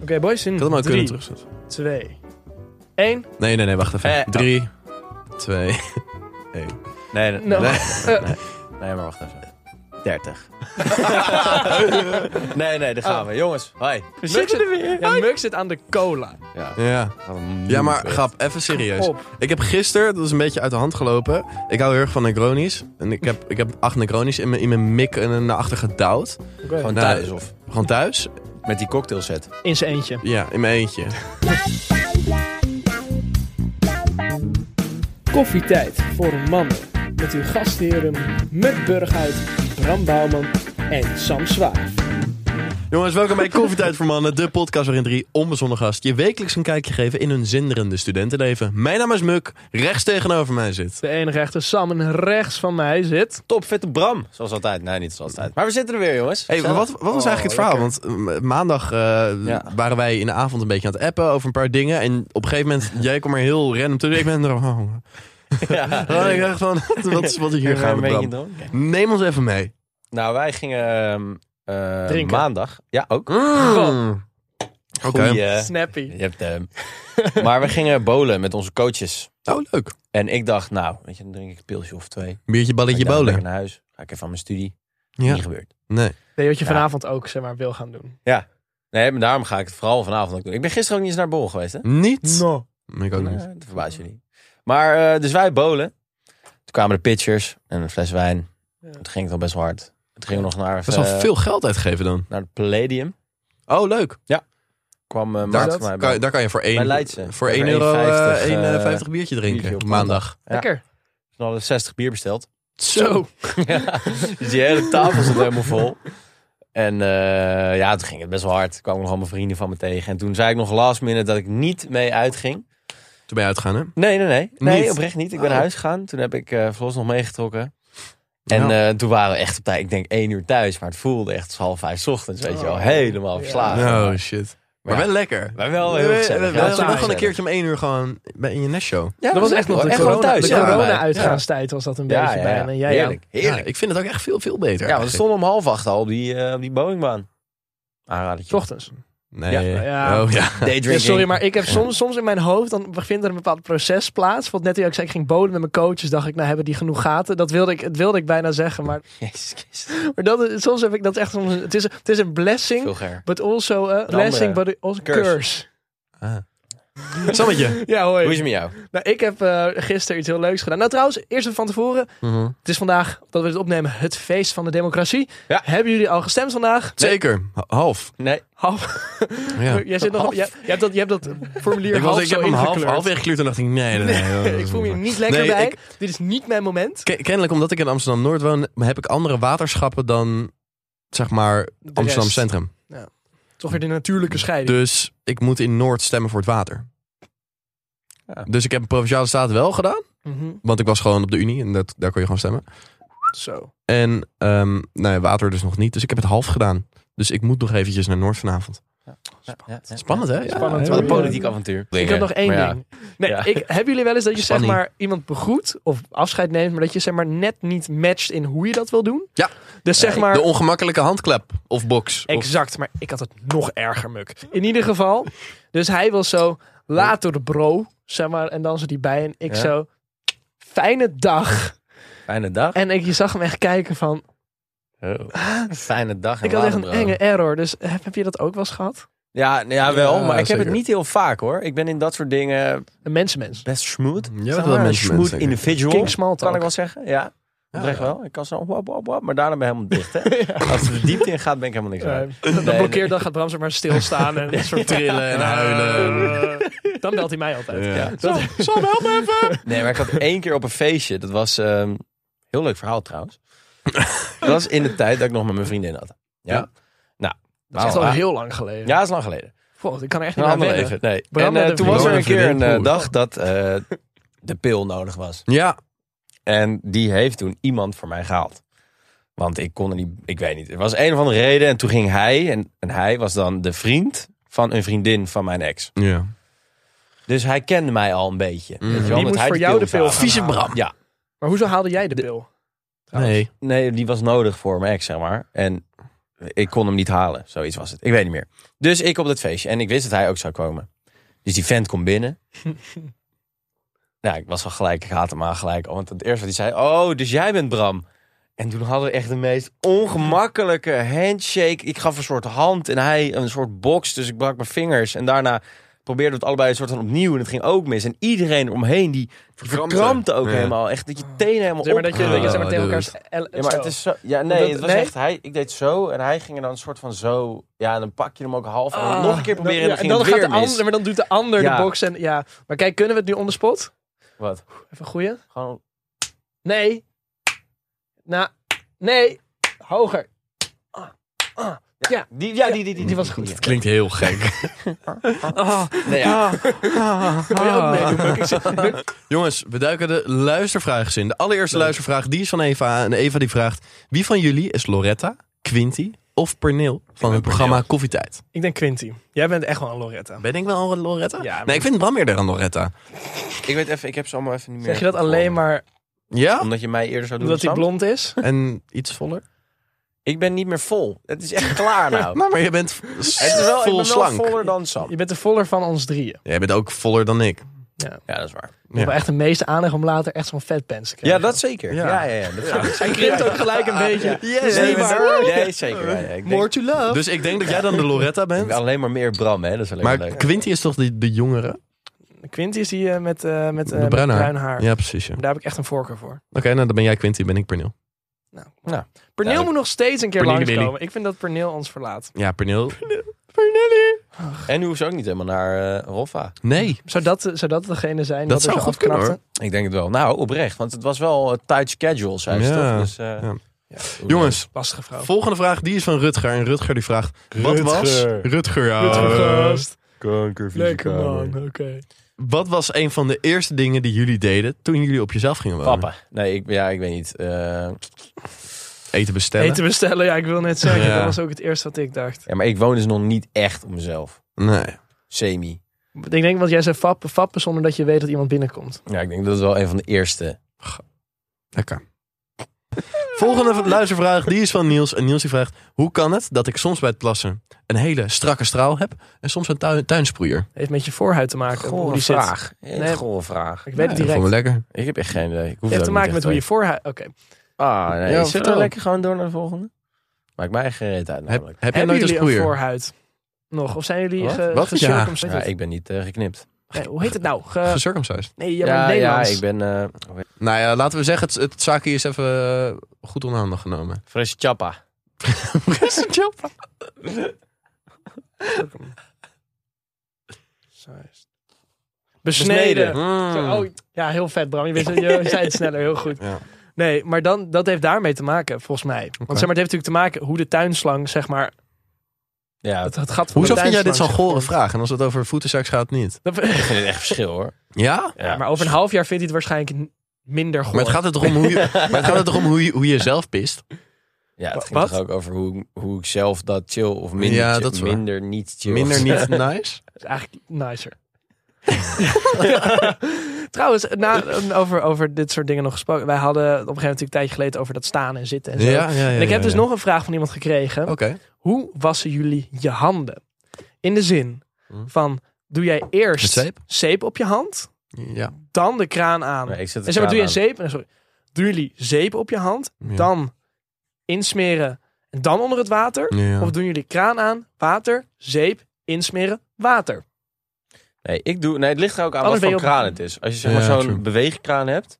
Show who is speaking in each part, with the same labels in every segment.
Speaker 1: boys. In
Speaker 2: Ik had hem ook kunnen
Speaker 1: drie,
Speaker 2: terugzetten.
Speaker 1: twee, één.
Speaker 2: Nee, nee, nee, wacht even.
Speaker 3: Eh,
Speaker 2: Drie, twee.
Speaker 3: Nee, nee,
Speaker 1: Nou,
Speaker 3: nee,
Speaker 1: eh,
Speaker 3: nee, maar wacht even. 30. nee, nee, daar
Speaker 1: Ah.
Speaker 3: gaan we. Jongens, hi.
Speaker 1: we zitten er weer. Ja, Muk zit aan de cola.
Speaker 3: Ja,
Speaker 2: Ja. Ja, maar grap, even serieus.
Speaker 1: Op.
Speaker 2: Ik heb gisteren, dat is een beetje uit de hand gelopen. Ik hou heel erg van Negronis. En ik heb, ik heb acht Negronis in mijn, in mijn mik en naar achter gedouwd.
Speaker 3: Gewoon
Speaker 2: Nou,
Speaker 3: thuis of
Speaker 2: Gewoon thuis.
Speaker 3: met die cocktail set.
Speaker 1: In zijn eentje.
Speaker 2: Ja, in mijn eentje.
Speaker 1: Koffietijd voor mannen. Met uw gastheren Muk Burghuis, Bram Bouwman en Sam Zwaar.
Speaker 2: Jongens, welkom bij Koffietijd voor Mannen, de podcast waarin drie onbezonnen gasten je wekelijks een kijkje geven in hun zinderende studentenleven. Mijn naam is Muk, rechts tegenover mij zit.
Speaker 1: De ene rechter Sam en rechts van mij zit...
Speaker 3: Top, vette Bram. Zoals altijd. Nee, niet zoals altijd. Maar we zitten er weer, jongens.
Speaker 2: Hey,
Speaker 3: Gezellig.
Speaker 2: wat, wat was
Speaker 3: Oh,
Speaker 2: eigenlijk het verhaal?
Speaker 3: lekker.
Speaker 2: Want eh, maandag eh,
Speaker 3: Ja.
Speaker 2: waren wij in de avond een beetje aan het appen over een paar dingen. En op een gegeven moment, jij kwam er heel random tussen. Ik ben er oh.
Speaker 3: Ja.
Speaker 2: Oh, ik dacht van, wat is wat hier gaan we
Speaker 3: Een beetje
Speaker 2: Bram?
Speaker 3: dronken.
Speaker 2: Neem ons even mee.
Speaker 3: Nou, wij gingen ehm, eh,
Speaker 1: Drinken.
Speaker 3: maandag. Ja, ook.
Speaker 1: Gewoon.
Speaker 2: Hmm. Oké.
Speaker 3: Goeie, eh,
Speaker 1: Snappy.
Speaker 3: je hebt hem. maar we gingen bowlen met onze coaches.
Speaker 2: Oh, leuk.
Speaker 3: En ik dacht, nou, weet je, dan drink ik een pilsje of twee.
Speaker 2: Biertje, balletje,
Speaker 3: Ga ik daarna
Speaker 2: bolen.
Speaker 3: lekker naar huis. Ga ik even aan mijn studie.
Speaker 2: Ja.
Speaker 3: Niet gebeurd.
Speaker 2: Nee.
Speaker 1: Nee, wat je
Speaker 3: Ja.
Speaker 1: vanavond ook zeg maar, wil gaan doen.
Speaker 3: Nee, maar daarom ga ik het vooral vanavond ook doen. Ik ben gisteren ook niet eens naar bol geweest, hè?
Speaker 2: Niet.
Speaker 1: No.
Speaker 2: Ben Ik ook niet.
Speaker 3: Nee, dat verbaast je niet. Maar, eh, dus wij bolen. Toen kwamen de pitchers en een fles wijn.
Speaker 1: Ja.
Speaker 3: Toen ging het al best wel hard. Toen gingen we nog naar,
Speaker 2: Dat is
Speaker 3: eh,
Speaker 2: wel veel geld uitgeven dan.
Speaker 3: naar het Palladium.
Speaker 2: Oh, leuk.
Speaker 3: Kwam eh
Speaker 2: Daar,
Speaker 3: Maarten mij bij.
Speaker 2: kan, daar kan je voor
Speaker 3: Bij
Speaker 2: 1
Speaker 3: Leidse.
Speaker 2: voor
Speaker 3: Voor
Speaker 2: 1 euro
Speaker 3: 1,50,
Speaker 2: 1,50
Speaker 3: eh,
Speaker 2: biertje
Speaker 3: biertje op
Speaker 2: drinken. Maandag.
Speaker 3: Ja.
Speaker 1: Lekker.
Speaker 3: Toen hadden we 60 bier besteld.
Speaker 2: Zo.
Speaker 3: Ja, dus die hele tafel stond helemaal vol. En eh, ja, toen ging het best wel hard. Er kwamen nog allemaal vrienden van me tegen. En toen zei ik nog last minute dat ik niet mee uitging.
Speaker 2: Toen ben je uitgaan, hè?
Speaker 3: Nee, nee, nee. Nee,
Speaker 2: Niet?
Speaker 3: oprecht niet. Ik ben
Speaker 2: Oh.
Speaker 3: naar huis gegaan. Toen heb ik eh Vlos nog meegetrokken. En
Speaker 2: Ja.
Speaker 3: eh, toen waren we echt op tijd, ik denk één uur thuis. Maar het voelde echt als half vijf 's ochtends, weet je wel.
Speaker 1: Oh.
Speaker 3: Helemaal
Speaker 1: Ja.
Speaker 3: verslagen.
Speaker 1: Nou.
Speaker 2: Oh, shit. Maar
Speaker 3: Ah, ja.
Speaker 2: wel lekker.
Speaker 3: Maar wel heel gezellig.
Speaker 2: We
Speaker 3: Ja, het
Speaker 2: hebben
Speaker 3: was
Speaker 2: nog gewoon
Speaker 3: wel
Speaker 2: een
Speaker 3: gezellig.
Speaker 2: keertje om 1 uur gewoon bij- in je nestshow.
Speaker 3: Ja,
Speaker 1: dat was echt nog de
Speaker 3: echt
Speaker 1: corona,
Speaker 3: gewoon thuis.
Speaker 1: de
Speaker 2: ja.
Speaker 1: corona
Speaker 3: Ja.
Speaker 1: uitgaanstijd was dat een
Speaker 3: Ja,
Speaker 1: beetje
Speaker 3: ja, ja.
Speaker 1: bijna. En eh, jij
Speaker 3: Heerlijk,
Speaker 2: Ja,
Speaker 3: heerlijk.
Speaker 2: ik vind het ook echt veel, veel beter.
Speaker 3: Ja, want we
Speaker 2: eigenlijk.
Speaker 3: stonden om half acht al op die, eh, op die bowlingbaan.
Speaker 1: aan.
Speaker 3: Aanradertje.
Speaker 1: Ochtends.
Speaker 2: Nee.
Speaker 1: Ja. Ja.
Speaker 2: Oh, ja.
Speaker 1: Ja,
Speaker 3: Daydrinking.
Speaker 1: sorry, maar ik heb soms, soms in mijn hoofd, dan vindt er een bepaald proces plaats. Want net toen ik zei, ik ging bowlen met mijn coaches, dacht ik, nou hebben die genoeg gaten? Dat wilde ik, dat wilde ik bijna zeggen, maar,
Speaker 3: Jezus Christus.
Speaker 1: maar dat, is- soms heb ik dat echt, soms, het, is, het is een blessing,
Speaker 3: Vulgair.
Speaker 1: but also a blessing, but also curse.
Speaker 3: Curse.
Speaker 2: Ah. Sammetje.
Speaker 1: Ja hoi.
Speaker 3: Hoe is het met jou?
Speaker 1: Nou, ik heb eh, gisteren iets heel leuks gedaan. Nou trouwens, eerst even van tevoren,
Speaker 2: Mhm.
Speaker 1: het is vandaag, dat we dit opnemen, het feest van de democratie.
Speaker 3: Ja.
Speaker 1: Hebben jullie al gestemd vandaag?
Speaker 2: Zeker. Ha- Half.
Speaker 3: Nee.
Speaker 1: Half,
Speaker 2: Ja.
Speaker 1: jij, zit nog,
Speaker 3: Half.
Speaker 1: jij, jij hebt dat, jij hebt dat formulier
Speaker 2: Ik,
Speaker 1: half
Speaker 2: was, ik
Speaker 1: zo
Speaker 2: heb hem half,
Speaker 1: ingekleurd.
Speaker 2: half weggekleurd en dacht ik, nee, nee, nee, dat
Speaker 1: ik
Speaker 2: is
Speaker 1: voel me hier
Speaker 2: niet waar.
Speaker 1: niet lekker
Speaker 2: Nee,
Speaker 1: bij.
Speaker 2: ik-
Speaker 1: Dit is niet mijn moment.
Speaker 2: Ken- Kennelijk omdat ik in Amsterdam-Noord woon, heb ik andere waterschappen dan, zeg maar,
Speaker 1: De
Speaker 2: Amsterdam
Speaker 1: rest.
Speaker 2: Centrum.
Speaker 1: Toch weer de natuurlijke scheiding.
Speaker 2: Dus ik moet in Noord stemmen voor het water.
Speaker 3: Ja.
Speaker 2: Dus ik heb een Provinciale Staat wel gedaan,
Speaker 1: Mhm.
Speaker 2: want ik was gewoon op de Unie en dat, daar kon je gewoon stemmen.
Speaker 1: Zo.
Speaker 2: En ehm, nou ja, water dus nog niet, dus ik heb het half gedaan. Dus ik moet nog eventjes naar Noord vanavond. Spannend hè? Ja,
Speaker 1: Spannend,
Speaker 2: ja.
Speaker 3: Wat een
Speaker 1: hoor.
Speaker 3: politiek avontuur.
Speaker 1: Ik heb nog één
Speaker 3: Maar ja.
Speaker 1: ding. Nee,
Speaker 3: Ja.
Speaker 1: ik, hebben jullie wel eens dat je zeg
Speaker 2: Spanning.
Speaker 1: maar iemand begroet of afscheid neemt, maar dat je zeg maar net niet matcht in hoe je dat wil doen?
Speaker 2: Ja.
Speaker 1: Dus zeg maar.
Speaker 2: De ongemakkelijke handklep of box. Of-
Speaker 1: Exact, maar ik had het nog erger, Muk. In ieder geval. Dus hij wil zo, later bro, zeg maar. En dan zit hij bij en ik
Speaker 3: Ja.
Speaker 1: zo, fijne dag.
Speaker 3: Fijne dag.
Speaker 1: En ik je zag hem echt kijken van,
Speaker 3: Fijne dag. en
Speaker 1: ik had echt een
Speaker 3: later, bro.
Speaker 1: enge error. Dus heb, heb je dat ook wel eens gehad?
Speaker 3: Ja, nou ja, wel.
Speaker 2: Ja,
Speaker 3: maar ik heb
Speaker 2: zeker.
Speaker 3: het niet heel vaak hoor. Ik ben in dat soort dingen
Speaker 1: Een mensenmens.
Speaker 3: best smooth.
Speaker 2: Ja, dat
Speaker 3: Zeg
Speaker 2: wel
Speaker 3: maar, een
Speaker 2: mensen,
Speaker 3: smooth
Speaker 2: mensen, zeker.
Speaker 3: individual.
Speaker 1: King small
Speaker 3: kan
Speaker 1: talk.
Speaker 3: ik wel zeggen. Ja.
Speaker 2: Ja,
Speaker 3: Oprecht
Speaker 2: ja.
Speaker 3: wel. Ik kan zo wap, wap, wap, maar daarna ben ik helemaal dicht. Hè? Als er de diepte in gaat, ben ik helemaal niks
Speaker 1: Ja,
Speaker 3: aan.
Speaker 1: dan
Speaker 3: nee.
Speaker 1: blokkeert, dan gaat Bram zeg maar stilstaan en een soort
Speaker 2: Trillen en huilen.
Speaker 1: Eh, dan belt hij mij altijd.
Speaker 2: Ja.
Speaker 3: Ja.
Speaker 1: Dat,
Speaker 3: Nee, maar ik had één keer op een feestje. Dat was ehm heel leuk verhaal trouwens. dat was in de tijd dat ik nog met mijn vriendin had. Ja.
Speaker 2: Ja.
Speaker 3: Nou,
Speaker 1: dat is echt al heel lang geleden.
Speaker 3: Ja, dat is lang geleden.
Speaker 1: God, ik kan er echt
Speaker 3: Een
Speaker 1: niet aan
Speaker 3: ander
Speaker 1: wennen.
Speaker 3: leven. Nee.
Speaker 1: Bram
Speaker 3: En
Speaker 1: met
Speaker 3: eh,
Speaker 1: een
Speaker 3: toen was er
Speaker 2: vriendin.
Speaker 3: een keer een eh,
Speaker 2: Oeh.
Speaker 3: dag dat eh, de pil nodig was.
Speaker 2: Ja,
Speaker 3: En die heeft toen iemand voor mij gehaald. Want ik kon er niet, ik weet niet. Er was een of andere reden. En toen ging hij, en, en hij was dan de vriend van een vriendin van mijn ex.
Speaker 2: ja.
Speaker 3: Dus hij kende mij al een beetje.
Speaker 2: Mm.
Speaker 3: Weet je wel,
Speaker 2: Die
Speaker 3: omdat
Speaker 1: moest
Speaker 3: hij
Speaker 1: voor jou de pil gaan
Speaker 3: zou halen.
Speaker 1: halen.
Speaker 2: Bram.
Speaker 3: Ja,
Speaker 1: Maar hoezo haalde jij de pil?
Speaker 2: Nee.
Speaker 3: nee, die was nodig voor mijn ex, zeg maar. En ik kon hem niet halen. Zoiets was het. Ik weet niet meer. Dus ik op dat feestje. En ik wist dat hij ook zou komen. Dus die vent komt binnen. nou, ik was al gelijk. Ik haat hem aan gelijk. Want het eerste wat hij zei. Oh, dus jij bent Bram. En toen hadden we echt de meest ongemakkelijke handshake. Ik gaf een soort hand en hij een soort box. Dus ik brak mijn vingers. En daarna probeerden we het allebei een soort van opnieuw. En het ging ook mis. En iedereen omheen die
Speaker 2: Verkrampte.
Speaker 3: verkrampte, ook
Speaker 2: Ja.
Speaker 3: helemaal. Echt dat je tenen helemaal
Speaker 1: Zeg maar dat je, dat je zeg maar,
Speaker 2: Oh,
Speaker 1: tegen elkaar...
Speaker 2: dude.
Speaker 1: el-
Speaker 3: ja, maar
Speaker 1: zo.
Speaker 3: het is zo. Ja,
Speaker 1: Dat-
Speaker 3: nee, het was
Speaker 1: nee?
Speaker 3: echt. Hij, ik deed zo en hij ging er dan een soort van zo. Ja, en dan pak je hem ook half. en
Speaker 1: Ah,
Speaker 3: nog een keer
Speaker 1: dan-
Speaker 3: proberen.
Speaker 1: ja,
Speaker 3: en
Speaker 1: en
Speaker 3: dan,
Speaker 1: dan
Speaker 3: ging
Speaker 1: gaat
Speaker 3: het
Speaker 1: de
Speaker 3: weer mis.
Speaker 1: ander, maar dan doet de ander
Speaker 3: Ja.
Speaker 1: de box en ja. Maar kijk, kunnen we het nu on the spot?
Speaker 3: Wat?
Speaker 1: Even goeie.
Speaker 3: Gewoon.
Speaker 1: Nee. Nou, nee. Hoger.
Speaker 3: Die, ja, die, die, die,
Speaker 1: Die was goed.
Speaker 2: Klinkt heel gek.
Speaker 1: Ah,
Speaker 3: Nee, ja.
Speaker 1: wil je ook
Speaker 3: Ah.
Speaker 1: meedoen, Muk? Ik zeg- Muk,
Speaker 2: Jongens, we duiken de luistervragen in. De allereerste luistervraag, die is van Eva. En Eva die vraagt, wie van jullie is Loretta, Quinty of Pernil van het programma Koffietijd?
Speaker 1: Ik denk Quinty. Jij bent echt wel een Loretta.
Speaker 2: Ben ik wel een Loretta?
Speaker 1: Ja, maar-
Speaker 2: Nee, ik vind Bram eerder een Loretta.
Speaker 3: Ik weet even, ik heb ze allemaal even niet meer.
Speaker 1: Zeg je dat alleen maar
Speaker 2: Ja?
Speaker 3: Omdat je mij eerder zou doen.
Speaker 1: omdat hij
Speaker 3: Sam?
Speaker 1: blond is?
Speaker 2: En iets voller?
Speaker 3: Ik ben niet meer vol. Het is echt klaar nou.
Speaker 2: Nou, maar je bent
Speaker 3: Het is wel,
Speaker 2: vol
Speaker 3: ik ben wel
Speaker 2: slank.
Speaker 3: voller dan Sam.
Speaker 1: Je bent de voller van ons drieën.
Speaker 2: Jij bent ook voller dan ik.
Speaker 3: Ja, dat is waar.
Speaker 1: We hebben echt de meeste aandacht om later echt zo'n vetpens te krijgen.
Speaker 3: zeker.
Speaker 2: Ja.
Speaker 3: Ja, ja, ja. dat vind ik
Speaker 1: Hij
Speaker 3: zeker.
Speaker 1: krimpt ook gelijk een beetje.
Speaker 2: Yes.
Speaker 3: Nee,
Speaker 1: Zie maar.
Speaker 3: maar- nee, zeker. Ja, ja. Ik denk,
Speaker 1: More to love.
Speaker 2: Dus ik denk dat jij dan de Loretta
Speaker 3: ik ben
Speaker 2: bent.
Speaker 3: alleen maar meer Bram, hè. Dat is alleen maar
Speaker 2: Maar
Speaker 3: leuk.
Speaker 2: Quinty is toch de, de jongere?
Speaker 1: Quinty is die eh, met, eh, met, eh,
Speaker 2: De
Speaker 1: met
Speaker 2: bruin haar.
Speaker 1: bruin haar.
Speaker 2: Ja, precies. ja. Oké,
Speaker 1: Daar heb ik echt een voorkeur voor.
Speaker 2: nou dan ben jij Quinty, ben ik Pernil.
Speaker 1: Nou.
Speaker 3: Nou,
Speaker 1: Perneel
Speaker 3: duidelijk.
Speaker 1: moet nog steeds een keer
Speaker 2: Pernille
Speaker 1: langskomen. Ik vind dat Perneel ons verlaat.
Speaker 2: Ja, Pernil. Pernilli.
Speaker 3: En hoef ze ook niet helemaal naar eh Roffa.
Speaker 2: Nee.
Speaker 1: Zou dat, eh, zou dat degene zijn wat er
Speaker 2: Dat zou
Speaker 1: zo
Speaker 2: goed kunnen,
Speaker 1: afknapte?
Speaker 3: Ik denk het wel. Nou, oprecht. Want het was wel een tight schedule, zei ze
Speaker 2: Ja.
Speaker 3: toch? Dus, eh,
Speaker 2: Ja.
Speaker 3: ja.
Speaker 2: Jongens,
Speaker 1: Lastige vrouw.
Speaker 2: volgende vraag die is van Rutger. En Rutger die vraagt, wat was...
Speaker 3: Rutger.
Speaker 2: Rutger, ja. eh,
Speaker 1: Gast.
Speaker 3: Kanker,
Speaker 1: Lekker man, oké.
Speaker 2: Wat was een van de eerste dingen die jullie deden toen jullie op jezelf gingen wonen?
Speaker 3: Papa. Nee, ik, ja, ik weet niet. Eh,
Speaker 2: Eten bestellen?
Speaker 1: Eten bestellen, ja, ik wil net zeggen.
Speaker 2: Ja.
Speaker 1: Dat was ook het eerste wat ik dacht.
Speaker 3: ja, maar ik woon dus nog niet echt om mezelf.
Speaker 2: Nee.
Speaker 3: Semi.
Speaker 1: Ik denk dat jij zei fappen, fappen zonder dat je weet dat iemand binnenkomt.
Speaker 3: Ja, ik denk dat is wel een van de eerste.
Speaker 2: Lekker. Volgende v- luistervraag, die is van Niels. En Niels die vraagt, hoe kan het dat ik soms bij het plassen een hele strakke straal heb en soms een tuin, tuinsproeier?
Speaker 1: Heeft met je voorhuid te maken. hoe
Speaker 3: Gore
Speaker 1: die zit.
Speaker 3: vraag. Een
Speaker 1: Nee.
Speaker 3: gore vraag.
Speaker 1: Ik weet het
Speaker 2: Ja, dat
Speaker 1: direct. Nou,
Speaker 2: vond ik lekker.
Speaker 3: Ik heb echt geen idee. Ik
Speaker 1: Het
Speaker 3: hoef
Speaker 1: heeft
Speaker 3: het
Speaker 1: te
Speaker 3: ook
Speaker 1: maken met
Speaker 3: niet
Speaker 1: hoe je
Speaker 3: echt
Speaker 1: voorhuid... Oké.
Speaker 3: te weten. Ah, nee.
Speaker 2: Ja,
Speaker 3: Zit
Speaker 2: vertel.
Speaker 3: dan lekker gewoon door naar de volgende? Maakt mij geen reet uit
Speaker 2: Heb,
Speaker 3: namelijk.
Speaker 2: heb jij
Speaker 1: Hebben
Speaker 2: nooit een
Speaker 1: jullie een
Speaker 2: sproeier?
Speaker 1: voorhuid? Nog? Of zijn jullie
Speaker 3: Wat?
Speaker 1: ge,
Speaker 2: Wat?
Speaker 1: gecircumcised?
Speaker 3: Ja, ik ben niet eh, geknipt.
Speaker 1: Nee, hoe heet het nou? Ge-
Speaker 2: Gecircumcised.
Speaker 1: nee, jij bent
Speaker 3: Ja, ja,
Speaker 1: Nederlands.
Speaker 3: ik ben eh, hoe heet-
Speaker 2: Eh, Nou ja, laten we zeggen, het, het zaakje is even eh, goed onder handen genomen.
Speaker 3: Fris Chappa.
Speaker 1: Gecircumcised. Besneden.
Speaker 2: Mm.
Speaker 1: Zo, oh, ja, heel vet Bram. Je, wist, het- je zei het sneller, heel goed.
Speaker 2: Ja.
Speaker 1: Nee, maar dan, dat heeft daarmee te maken, volgens mij. Want zeg maar, het heeft natuurlijk te maken hoe de tuinslang, zeg maar,
Speaker 3: Ja,
Speaker 1: het, het gat van
Speaker 2: Hoezo
Speaker 1: de
Speaker 2: vind jij dit zo'n
Speaker 1: tuinslang,
Speaker 2: gore
Speaker 1: zeg maar,
Speaker 2: vraag? En als het over voetenzaks gaat, niet.
Speaker 1: vormt.
Speaker 3: ik vind het echt verschil hoor.
Speaker 2: Ja?
Speaker 1: Dat- maar over een half jaar vindt hij het waarschijnlijk n- minder goed.
Speaker 2: Maar het gaat er toch om hoe je, maar het gaat er toch om hoe je, hoe je zelf pist?
Speaker 3: Ja, het ging
Speaker 1: Wat?
Speaker 3: toch ook over hoe, hoe ik zelf dat chill of minder,
Speaker 2: Ja,
Speaker 3: chill-
Speaker 2: dat is waar.
Speaker 3: minder niet chill.
Speaker 2: Minder niet nice?
Speaker 1: is eigenlijk nicer. Ja. Trouwens, na, over, over dit soort dingen nog gesproken. Wij hadden op een gegeven moment natuurlijk een tijdje geleden over dat staan en zitten en zo.
Speaker 2: Ja, ja, ja,
Speaker 1: en ik heb
Speaker 2: ja,
Speaker 1: dus
Speaker 2: ja. Oh.
Speaker 1: nog een vraag van iemand gekregen.
Speaker 2: Oké.
Speaker 1: Hoe wassen jullie je handen? In de zin
Speaker 2: Hm.
Speaker 1: van, doe jij eerst
Speaker 2: Met zeep?
Speaker 1: op je hand,
Speaker 2: Ja.
Speaker 1: dan de kraan aan.
Speaker 3: Nee, ik zet
Speaker 1: en zeg maar, doe
Speaker 3: je
Speaker 1: je zeep, en sorry, doen jullie zeep op je hand,
Speaker 2: Ja.
Speaker 1: dan insmeren en dan onder het water?
Speaker 2: Ja.
Speaker 1: Of doen jullie kraan aan, water, zeep, insmeren, water?
Speaker 3: Nee, ik doe, nee, het ligt er ook aan
Speaker 1: Anders
Speaker 3: wat
Speaker 1: ben
Speaker 3: voor
Speaker 1: je op-
Speaker 3: kraan het is. Als je zeg maar
Speaker 2: Ja, true.
Speaker 3: zo'n beweegkraan hebt,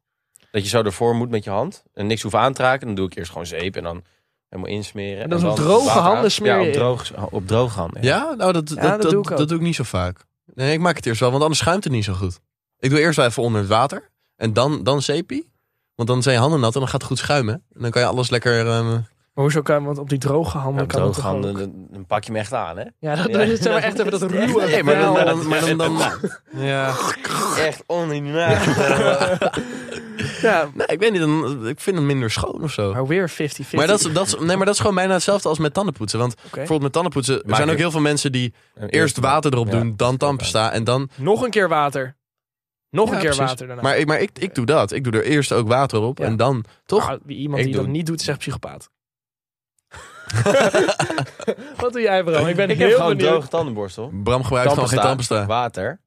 Speaker 3: dat je zo ervoor moet met je hand en niks hoeft aan te raken, dan doe ik eerst gewoon zeep en dan helemaal insmeren.
Speaker 1: En dan op
Speaker 3: het
Speaker 1: droge
Speaker 3: water
Speaker 1: handen
Speaker 3: aan.
Speaker 1: smeer je
Speaker 3: Ja, op
Speaker 1: in.
Speaker 3: droge, op droge handen. ja.
Speaker 2: Ja? Nou, dat,
Speaker 1: Ja,
Speaker 2: dat,
Speaker 1: dat
Speaker 2: dat,
Speaker 1: doe ik
Speaker 2: dat
Speaker 1: ook.
Speaker 2: doe ik niet zo vaak. Nee, ik maak het eerst wel, want anders schuimt het niet zo goed. Ik doe eerst wel even onder het water. En dan, dan zeepie. Want dan zijn je handen nat en dan gaat het goed schuimen. En dan kan je alles lekker... ehm,
Speaker 1: Maar hoezo kan want op die droge handen
Speaker 3: Ja, op
Speaker 1: kan het
Speaker 3: droge
Speaker 1: toch
Speaker 3: handen,
Speaker 1: ook?
Speaker 3: dan, dan pak je hem echt aan, hè?
Speaker 1: Ja, dat
Speaker 3: Ja.
Speaker 1: dat is zeg maar echt even dat ruwe.
Speaker 2: Nee, maar dan...
Speaker 1: vuil.
Speaker 2: Maar dan, maar dan, dan- ja.
Speaker 1: Oh,
Speaker 3: Echt onaangenaam.
Speaker 1: Ja,
Speaker 2: Nee, ik weet niet. Dan, ik vind het minder schoon of zo.
Speaker 1: maar weer 50-50.
Speaker 2: Maar dat, is- dat, is- nee, maar dat is gewoon bijna hetzelfde als met tandenpoetsen. Want
Speaker 1: Oké.
Speaker 2: bijvoorbeeld met tandenpoetsen... Er
Speaker 3: Maak
Speaker 2: zijn ook
Speaker 3: ik-
Speaker 2: heel veel mensen die eerst water erop
Speaker 3: Ja.
Speaker 2: doen, dan tandpasta en dan...
Speaker 1: Nog een keer water. Nog
Speaker 2: Ja,
Speaker 1: een keer
Speaker 2: precies.
Speaker 1: water daarna.
Speaker 2: Maar, ik- maar ik, ik doe dat. Ik doe er eerst ook water op
Speaker 1: Ja.
Speaker 2: en dan... Toch?
Speaker 1: Maar wie iemand Nou, die
Speaker 3: Ik doe
Speaker 1: dat
Speaker 3: het.
Speaker 1: niet doet, zegt psychopaat. Wat doe jij, Bram? Ik ben
Speaker 3: Ik heb
Speaker 1: heel
Speaker 3: gewoon
Speaker 1: benieuwd.
Speaker 3: droge tandenborstel.
Speaker 2: Bram gebruikt gewoon geen tandpasta.
Speaker 3: Water.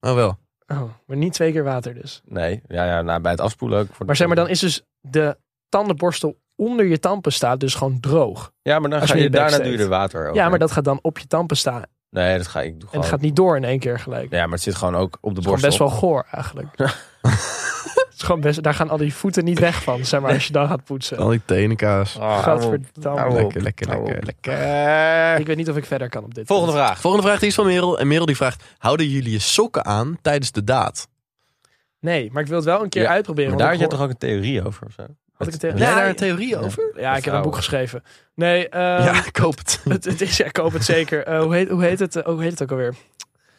Speaker 2: Oh wel.
Speaker 1: Oh, maar niet twee keer water dus.
Speaker 3: Nee, ja, ja nou, bij het afspoelen ook. voor de-
Speaker 1: Maar zeg maar, dan is dus de tandenborstel onder je tandpasta dus gewoon droog.
Speaker 3: Ja, maar dan
Speaker 1: als
Speaker 3: ga
Speaker 1: je
Speaker 3: je,
Speaker 1: je bek
Speaker 3: daarna
Speaker 1: steekt.
Speaker 3: doe je er water over.
Speaker 1: Ja, maar dat gaat dan op je tandpasta. En
Speaker 3: Nee, dat ga ik doe
Speaker 1: het
Speaker 3: gewoon.
Speaker 1: gaat niet door in één keer gelijk.
Speaker 3: Ja, maar het zit gewoon ook op de
Speaker 1: Het is
Speaker 3: borstel.
Speaker 1: gewoon best wel goor eigenlijk. Het is gewoon best, daar gaan al die voeten niet weg van, zeg maar, als je dan gaat poetsen.
Speaker 2: Al die tenenkaas.
Speaker 3: Ah,
Speaker 1: Gadverdamme.
Speaker 3: Oh, hou op.
Speaker 2: Lekker, lekker,
Speaker 3: Hou op.
Speaker 2: lekker, lekker.
Speaker 1: Ik weet niet of ik verder kan op dit.
Speaker 3: Volgende
Speaker 1: punt.
Speaker 3: vraag.
Speaker 2: Volgende vraag die is van Merel. En Merel die vraagt, houden jullie je sokken aan tijdens de daad?
Speaker 1: Nee, maar ik wil het wel een keer
Speaker 3: Ja,
Speaker 1: uitproberen.
Speaker 3: Maar
Speaker 1: want
Speaker 3: daar had
Speaker 1: ik
Speaker 3: jij
Speaker 1: hoor-
Speaker 3: toch ook een theorie over of zo?
Speaker 1: had ik het tegen-
Speaker 2: Heb jij
Speaker 1: Ja,
Speaker 2: daar
Speaker 1: ja,
Speaker 2: een theorie over?
Speaker 1: Ja, ik heb een
Speaker 3: Vrouwen.
Speaker 1: boek geschreven. Nee, ehm,
Speaker 2: ja, ik hoop het.
Speaker 1: het, het is, ja, ik hoop het zeker. Eh, hoe, heet, hoe, heet het, eh, hoe heet het ook alweer?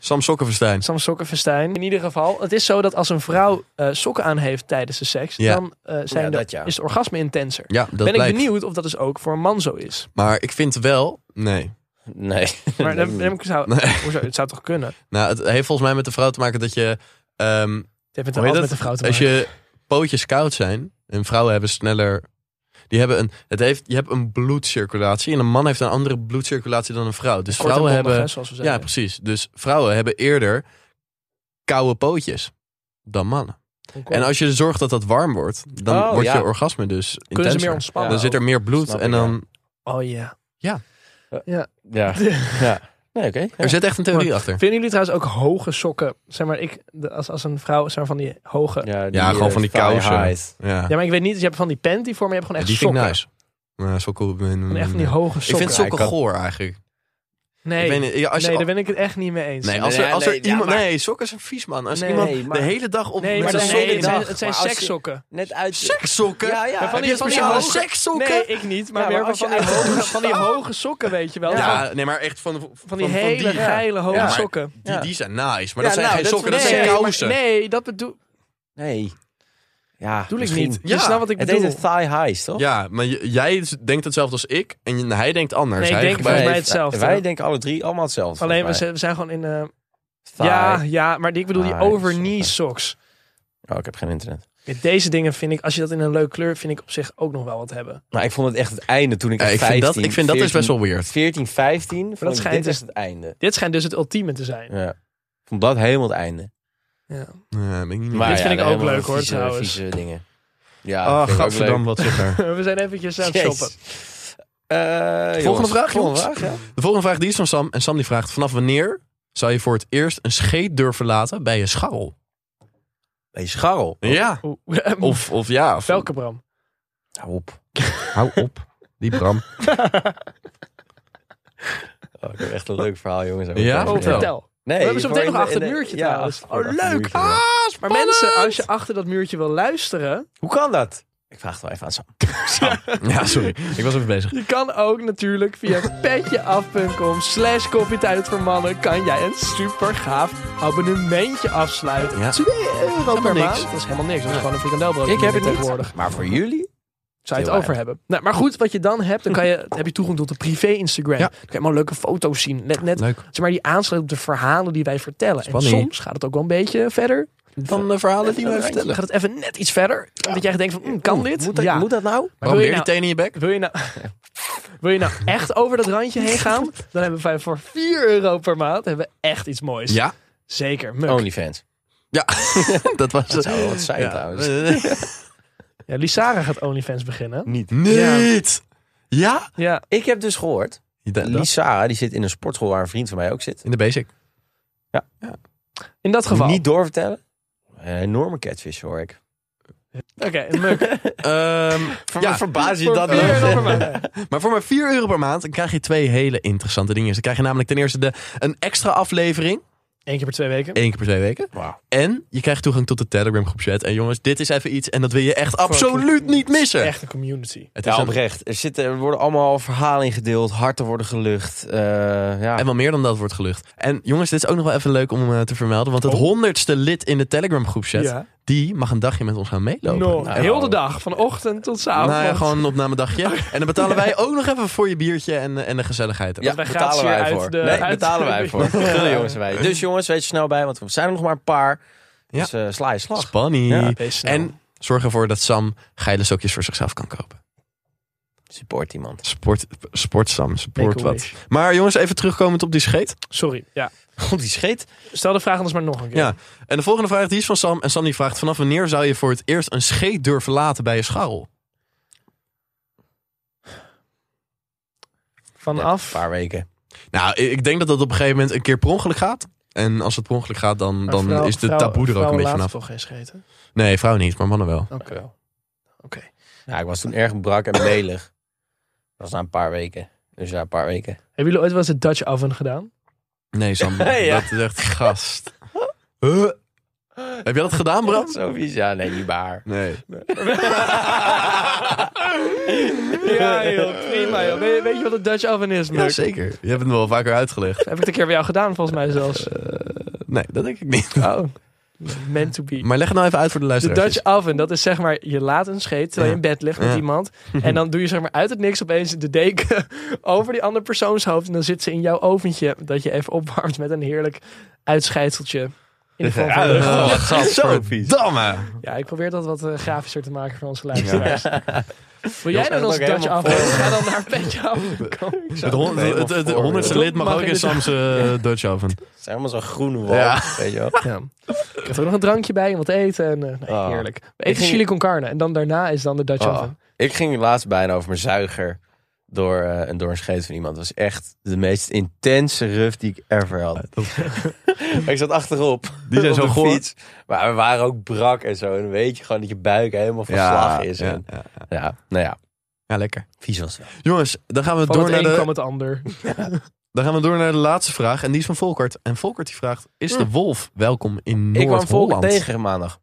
Speaker 2: Sam Sokkenverstein.
Speaker 1: Sam Sokkenfestijn. In ieder geval, het is zo dat als een vrouw eh, sokken aan heeft tijdens de seks,
Speaker 2: Ja.
Speaker 1: dan eh, zijn
Speaker 3: Ja,
Speaker 1: de-
Speaker 3: dat ja.
Speaker 1: is het orgasme intenser.
Speaker 2: Ja, dat
Speaker 1: ben
Speaker 2: blijkt.
Speaker 1: ik benieuwd of dat dus ook voor een man zo is.
Speaker 2: Maar ik vind wel... Nee.
Speaker 3: Nee.
Speaker 1: Maar
Speaker 3: Nee.
Speaker 1: dan, dan zou,
Speaker 2: nee.
Speaker 1: hoezo, het zou toch kunnen?
Speaker 2: Nou, het heeft volgens mij met de vrouw te maken dat je... ehm,
Speaker 1: Het heeft met
Speaker 2: Hoe heet
Speaker 1: een,
Speaker 2: dat?
Speaker 1: met een vrouw te
Speaker 2: Als
Speaker 1: maken.
Speaker 2: je pootjes koud zijn en vrouwen hebben sneller. Die hebben een, het heeft, je hebt een bloedcirculatie en een man heeft een andere bloedcirculatie dan een vrouw. Dus
Speaker 1: Kort en
Speaker 2: vrouwen
Speaker 1: bondig,
Speaker 2: hebben.
Speaker 1: hè, zoals we
Speaker 2: ja,
Speaker 1: zeggen.
Speaker 2: precies. Dus vrouwen hebben eerder koude pootjes dan mannen. En als je zorgt dat dat warm wordt, dan
Speaker 3: Oh,
Speaker 2: wordt
Speaker 3: ja.
Speaker 2: je orgasme dus
Speaker 1: Kunnen ze
Speaker 2: intenser. dus
Speaker 1: meer ontspannen
Speaker 2: Dan
Speaker 1: ook.
Speaker 2: zit er meer bloed
Speaker 3: Snap
Speaker 2: en
Speaker 3: ik,
Speaker 2: dan.
Speaker 1: Oh ja.
Speaker 3: Ja. ja. Nee, oké. Ja.
Speaker 2: Er zit echt een theorie achter.
Speaker 1: Vinden jullie trouwens ook hoge sokken? Zeg maar, ik, de- als, als een vrouw, zijn van die hoge... Ja.
Speaker 3: die,
Speaker 2: Ja, gewoon van die
Speaker 3: eh, thigh
Speaker 2: kousen.
Speaker 3: highs.
Speaker 2: Ja,
Speaker 1: maar ik weet niet, dus je hebt van die panty voor, maar je hebt gewoon echt
Speaker 2: die vind ik
Speaker 1: sokken.
Speaker 2: nice. Ja, sokken.
Speaker 1: Gewoon Echt van die hoge
Speaker 2: ik
Speaker 1: sokken.
Speaker 2: vind sokken
Speaker 3: Ja, ik
Speaker 2: goor eigenlijk.
Speaker 1: nee,
Speaker 2: Ik weet niet, ja, als je
Speaker 1: nee,
Speaker 2: al-
Speaker 1: daar ben ik het echt niet mee eens.
Speaker 2: Nee, als
Speaker 3: Nee,
Speaker 2: er, als
Speaker 3: nee,
Speaker 2: er
Speaker 3: ja,
Speaker 2: iemand.
Speaker 3: maar-
Speaker 2: Nee, sokken is een vies man. Als
Speaker 1: Nee,
Speaker 2: iemand
Speaker 3: nee, maar-
Speaker 2: de hele dag op.
Speaker 1: Nee,
Speaker 2: met
Speaker 1: maar
Speaker 2: zijn
Speaker 1: dat
Speaker 3: dat
Speaker 1: is
Speaker 3: is
Speaker 2: sokken
Speaker 3: hele
Speaker 2: in
Speaker 1: het zijn, het zijn
Speaker 2: zijn-
Speaker 3: dag. Maar als je-
Speaker 1: sekssokken.
Speaker 3: Net uit.
Speaker 2: Sekssokken?
Speaker 3: Ja, ja.
Speaker 1: Maar van
Speaker 2: Heb
Speaker 1: die-
Speaker 2: je
Speaker 1: van die
Speaker 2: speciale
Speaker 1: hoge-
Speaker 2: sekssokken?
Speaker 1: Nee, ik niet. Maar
Speaker 3: Ja, maar
Speaker 1: meer van,
Speaker 3: als
Speaker 1: van,
Speaker 3: je
Speaker 1: die
Speaker 3: uit-
Speaker 1: hoge, van die hoge sokken, weet je wel. Van,
Speaker 2: Ja, nee, maar echt van, van,
Speaker 1: van die hele geile hoge
Speaker 2: Ja, maar-
Speaker 1: sokken.
Speaker 2: Die,
Speaker 3: Ja.
Speaker 2: die zijn nice, maar
Speaker 3: Ja,
Speaker 2: dat zijn
Speaker 3: nou,
Speaker 2: geen
Speaker 3: dat
Speaker 2: sokken, dat
Speaker 3: is-
Speaker 2: zijn
Speaker 1: nee, maar-
Speaker 2: kousen.
Speaker 1: nee, dat bedoel,
Speaker 3: Nee. Ja,
Speaker 1: bedoel ik
Speaker 3: misschien.
Speaker 1: niet. Je
Speaker 2: Ja,
Speaker 1: snapt wat ik
Speaker 3: Het
Speaker 1: bedoel.
Speaker 3: heet een thigh highs, toch?
Speaker 2: Ja, maar j- jij z- denkt hetzelfde als ik en je- hij denkt anders.
Speaker 1: Nee, ik
Speaker 2: hij
Speaker 1: denk
Speaker 2: gebruikt-
Speaker 1: volgens mij hetzelfde.
Speaker 3: Wij denken alle drie allemaal hetzelfde.
Speaker 1: Alleen, we
Speaker 3: volgens
Speaker 1: zijn, we zijn gewoon in... eh,
Speaker 3: mij.
Speaker 1: ja,
Speaker 3: Thigh.
Speaker 1: ja, maar die, ik bedoel die
Speaker 3: Thigh
Speaker 1: overknee socks.
Speaker 3: Oh, ik heb geen internet.
Speaker 1: Met deze dingen vind ik, als je dat in een leuk kleur, vind ik op zich ook nog wel wat hebben. Maar
Speaker 3: Maar ik vond het echt het einde toen ik
Speaker 2: Ja,
Speaker 3: echt
Speaker 2: ik vind, dat,
Speaker 3: 15,
Speaker 2: ik vind dat is best
Speaker 3: 14,
Speaker 2: wel weird.
Speaker 3: 14, 15 vond
Speaker 1: dat
Speaker 3: ik
Speaker 1: schijnt
Speaker 3: dit
Speaker 1: dus-
Speaker 3: is het einde.
Speaker 1: Dit schijnt dus het ultieme te zijn.
Speaker 3: Ja. Ik vond dat helemaal het einde.
Speaker 1: Ja.
Speaker 2: Ja, ben ik niet mee.
Speaker 3: Maar
Speaker 1: Dit
Speaker 3: ja,
Speaker 1: vind ik ook
Speaker 3: helemaal
Speaker 1: leuk, hoor,
Speaker 3: vieze-
Speaker 1: trouwens.
Speaker 3: vieze dingen. Ja,
Speaker 2: Ah,
Speaker 3: vind ik ook
Speaker 2: gadverdamme,
Speaker 3: leuk.
Speaker 2: wat zokker.
Speaker 1: We zijn eventjes aan het
Speaker 3: Jezus.
Speaker 1: shoppen.
Speaker 3: Eh, jongens,
Speaker 2: vraag,
Speaker 3: volgende
Speaker 2: jongens.
Speaker 3: vraag, ja.
Speaker 2: De volgende vraag die is van Sam. En Sam die vraagt, vanaf wanneer zou je voor het eerst een scheet durven laten bij je scharrel?
Speaker 3: Hey, scharrel.
Speaker 2: Ja.
Speaker 1: Oeh,
Speaker 2: Of, of ja. Of,
Speaker 1: Welke Bram?
Speaker 3: Hou op.
Speaker 2: Hou op. Die Bram.
Speaker 3: Oh, ik heb echt een leuk verhaal, jongens. Heb ik
Speaker 2: Ja?
Speaker 3: ook
Speaker 1: Oh,
Speaker 3: even-
Speaker 2: vertel.
Speaker 1: vertel.
Speaker 3: Nee,
Speaker 1: We hebben ze meteen
Speaker 3: voor-
Speaker 1: nog achter het
Speaker 3: nee,
Speaker 1: muurtje
Speaker 3: ja,
Speaker 1: trouwens.
Speaker 3: achter- achter
Speaker 1: Oh,
Speaker 3: het
Speaker 1: leuk.
Speaker 3: muurtje, ja.
Speaker 2: Ah,
Speaker 1: Maar mensen, als je achter dat muurtje wil luisteren,
Speaker 3: Hoe kan dat? Ik vraag het wel even aan Sam.
Speaker 2: Ja, sorry. Ik was even bezig.
Speaker 1: je kan ook natuurlijk via petjeaf.com slash koffietijd voor mannen, kan jij een super gaaf abonnementje afsluiten.
Speaker 2: Ja.
Speaker 1: 2 euro per
Speaker 2: Helemaal
Speaker 1: maand.
Speaker 2: niks.
Speaker 1: Dat is helemaal niks. Dat is gewoon een frikandelbroodje.
Speaker 3: Ik heb het
Speaker 1: tegenwoordig.
Speaker 3: niet. Maar voor jullie?
Speaker 1: Zou je het
Speaker 3: Heel
Speaker 1: over hebben. Nou, maar goed, wat je dan hebt, dan kan je, dan heb je toegang tot de privé Instagram.
Speaker 2: Ja.
Speaker 1: Dan kan je allemaal leuke foto's zien. Net, net
Speaker 2: Leuk.
Speaker 1: zeg maar, die aansluit op de verhalen die wij vertellen.
Speaker 2: Spanning.
Speaker 1: En soms gaat het ook wel een beetje verder.
Speaker 2: Van de verhalen die we vertellen.
Speaker 1: Dan gaat het even net iets verder. Dat jij denkt van, mm, kan dit?
Speaker 3: Moet dat,
Speaker 1: ja.
Speaker 3: moet dat nou?
Speaker 1: Maar wil
Speaker 2: Waarom weer
Speaker 1: je
Speaker 2: die
Speaker 1: nou...
Speaker 2: tenen in je bek?
Speaker 1: Wil je, nou, wil je nou echt over dat randje heen gaan? Dan hebben wij voor 4 euro per maand hebben we echt iets moois.
Speaker 2: Ja.
Speaker 1: Zeker. Muk.
Speaker 3: Onlyfans.
Speaker 2: Ja. dat was
Speaker 3: Dat zou wel wat zijn
Speaker 2: Ja.
Speaker 3: trouwens.
Speaker 1: Ja, Lisara gaat OnlyFans beginnen.
Speaker 3: Niet.
Speaker 2: Niet. Ja?
Speaker 1: Ja,
Speaker 3: Ik heb dus gehoord, Lisa die zit in een sportschool waar een vriend van mij ook zit.
Speaker 2: In de basic.
Speaker 1: in dat geval.
Speaker 3: Niet doorvertellen. Een enorme catfish hoor ik.
Speaker 1: Oké, Muk.
Speaker 2: ja,
Speaker 3: verbaas
Speaker 1: Voor 4 euro per maand.
Speaker 2: Ehm, maar voor maar 4 euro per maand dan krijg je twee hele interessante dingen. Dan krijg je namelijk ten eerste de, een extra aflevering.
Speaker 1: Eén keer per twee weken.
Speaker 2: één keer per twee weken.
Speaker 3: Wauw.
Speaker 2: En je krijgt toegang tot de Telegram groep chat. En jongens, dit is even iets en dat wil je echt absoluut niet missen.
Speaker 1: Echt een community.
Speaker 2: Het is
Speaker 3: Ja,
Speaker 2: een-
Speaker 3: oprecht. Er, zitten, er worden allemaal verhalen ingedeeld. Harten worden gelucht. eh, ja.
Speaker 2: En wel meer dan dat wordt gelucht. En jongens, dit is ook nog wel even leuk om eh, te vermelden. Want het
Speaker 1: Oh.
Speaker 2: honderdste lid in de Telegram groep chat,
Speaker 1: Ja.
Speaker 2: die mag een dagje met ons gaan meelopen.
Speaker 1: No.
Speaker 3: Nou,
Speaker 1: Heel de dag, van ochtend tot avond.
Speaker 2: Nou ja, gewoon een opnamedagje. En dan betalen wij ook nog even voor je biertje en, eh, en de gezelligheid.
Speaker 3: ja,
Speaker 1: wij gratis
Speaker 3: betalen wij
Speaker 1: hier uit
Speaker 3: voor.
Speaker 1: de-
Speaker 3: nee,
Speaker 1: uit-
Speaker 3: betalen wij voor. Gul jongens wij. Dus jongens, weet je snel bij, want we zijn er nog maar een paar.
Speaker 2: Ja.
Speaker 3: Dus eh, sla je slag.
Speaker 2: Spanny.
Speaker 3: Ja.
Speaker 1: Wees snel.
Speaker 2: En zorg ervoor dat Sam geile sokjes voor zichzelf kan kopen.
Speaker 3: Support iemand.
Speaker 2: Sport, sport Sam, sport
Speaker 1: Make a
Speaker 2: wat.
Speaker 1: wish.
Speaker 2: Maar jongens, even terugkomend op die scheet.
Speaker 1: Sorry, ja.
Speaker 3: God, Oh, die scheet.
Speaker 1: Stel de vraag anders maar nog een keer.
Speaker 2: Ja. En de volgende vraag die is van Sam. En Sam die vraagt, vanaf wanneer zou je voor het eerst een scheet durven laten bij je scharrel?
Speaker 1: Vanaf.
Speaker 3: Een paar weken.
Speaker 2: Nou, ik ik denk dat dat op een gegeven moment een keer per ongeluk gaat. En als het per ongeluk gaat, dan,
Speaker 1: Maar
Speaker 2: dan
Speaker 1: vrouw-
Speaker 2: is de
Speaker 1: vrouw-
Speaker 2: taboe er ook een
Speaker 1: vrouwen
Speaker 2: beetje
Speaker 1: laten
Speaker 2: vanaf.
Speaker 1: toch geen scheten?
Speaker 2: Nee, vrouwen niet, maar mannen wel.
Speaker 1: Oké.
Speaker 3: Ja, ik was toen erg brak en melig. Dat was na een paar weken. Dus ja, een paar weken.
Speaker 1: Hebben jullie ooit wel eens een Dutch oven gedaan?
Speaker 2: Nee, Sam,
Speaker 3: Ja.
Speaker 2: dat is echt gast. Huh? Heb jij dat gedaan, Bram?
Speaker 3: Zo vies. Ja, nee, niet bij haar.
Speaker 2: Nee.
Speaker 1: ja joh, prima joh. Weet, weet je wat een Dutch oven is, Mark?
Speaker 2: zeker. Je hebt het me wel vaker uitgelegd.
Speaker 1: Heb ik het een keer bij jou gedaan volgens mij zelfs.
Speaker 2: Eh, Nee, dat denk ik niet.
Speaker 1: Oh. Meant to be.
Speaker 2: Maar leg het nou even uit voor de
Speaker 1: De
Speaker 2: luisteraars.
Speaker 1: Dutch oven, Dus dat is zeg maar, je laat een scheet terwijl je in bed ligt met
Speaker 2: Ja.
Speaker 1: iemand. En dan doe je zeg maar uit het niks opeens de deken over die andere persoons hoofd. En dan zit ze in jouw oventje dat je even opwarmt met een heerlijk uitschijtseltje. In de vorm van lucht.
Speaker 3: Ja,
Speaker 2: Oh,
Speaker 3: zo vies.
Speaker 2: Damme!
Speaker 1: Ja, ik probeer dat wat eh, grafischer te maken voor onze luisteraars. Wil jij
Speaker 3: Jongens,
Speaker 1: dan
Speaker 3: dat
Speaker 1: ons
Speaker 3: is ook
Speaker 1: Dutch
Speaker 3: helemaal
Speaker 1: oven? Ga dan naar Petje af.
Speaker 2: Het, hon-
Speaker 3: Nee,
Speaker 2: het- het- het
Speaker 3: voor-
Speaker 2: honderdste
Speaker 1: hoor.
Speaker 2: lid mag
Speaker 1: Mag
Speaker 2: ook
Speaker 1: in
Speaker 2: in
Speaker 1: de-
Speaker 2: Sam's eh, Dutch oven.
Speaker 3: Het zijn allemaal zo'n groene wal.
Speaker 2: Ja.
Speaker 3: Weet je wel.
Speaker 1: Ja. Ik heb er ook nog een drankje bij en wat eten. En, eh, nee,
Speaker 3: Ah.
Speaker 1: heerlijk. We
Speaker 3: Ik
Speaker 1: eten
Speaker 3: ging-
Speaker 1: chili con carne en dan daarna is dan de Dutch
Speaker 3: Ah.
Speaker 1: oven.
Speaker 3: Ik ging laatst bijna over mijn zuiger door, eh, een door een scheet van iemand. Dat was echt de meest intense ruf die ik ever had. ik zat achterop.
Speaker 2: Die zijn
Speaker 3: op
Speaker 2: zo
Speaker 3: de
Speaker 2: goor.
Speaker 3: fiets. Maar we waren ook brak en zo. En dan weet je gewoon dat je buik helemaal van slag is.
Speaker 2: ja,
Speaker 3: En,
Speaker 2: ja.
Speaker 3: ja, nou ja,
Speaker 2: Ja, lekker.
Speaker 3: vies was het.
Speaker 2: Jongens, dan gaan we
Speaker 1: Van
Speaker 2: door
Speaker 1: het
Speaker 2: naar
Speaker 1: een
Speaker 2: de...
Speaker 1: kwam het ander.
Speaker 2: Dan gaan we door naar de laatste vraag. En die is van Volkert. En Volkert die vraagt, is de wolf welkom in
Speaker 3: Ik kwam volk
Speaker 2: Noord-Holland?
Speaker 3: tegen maandag.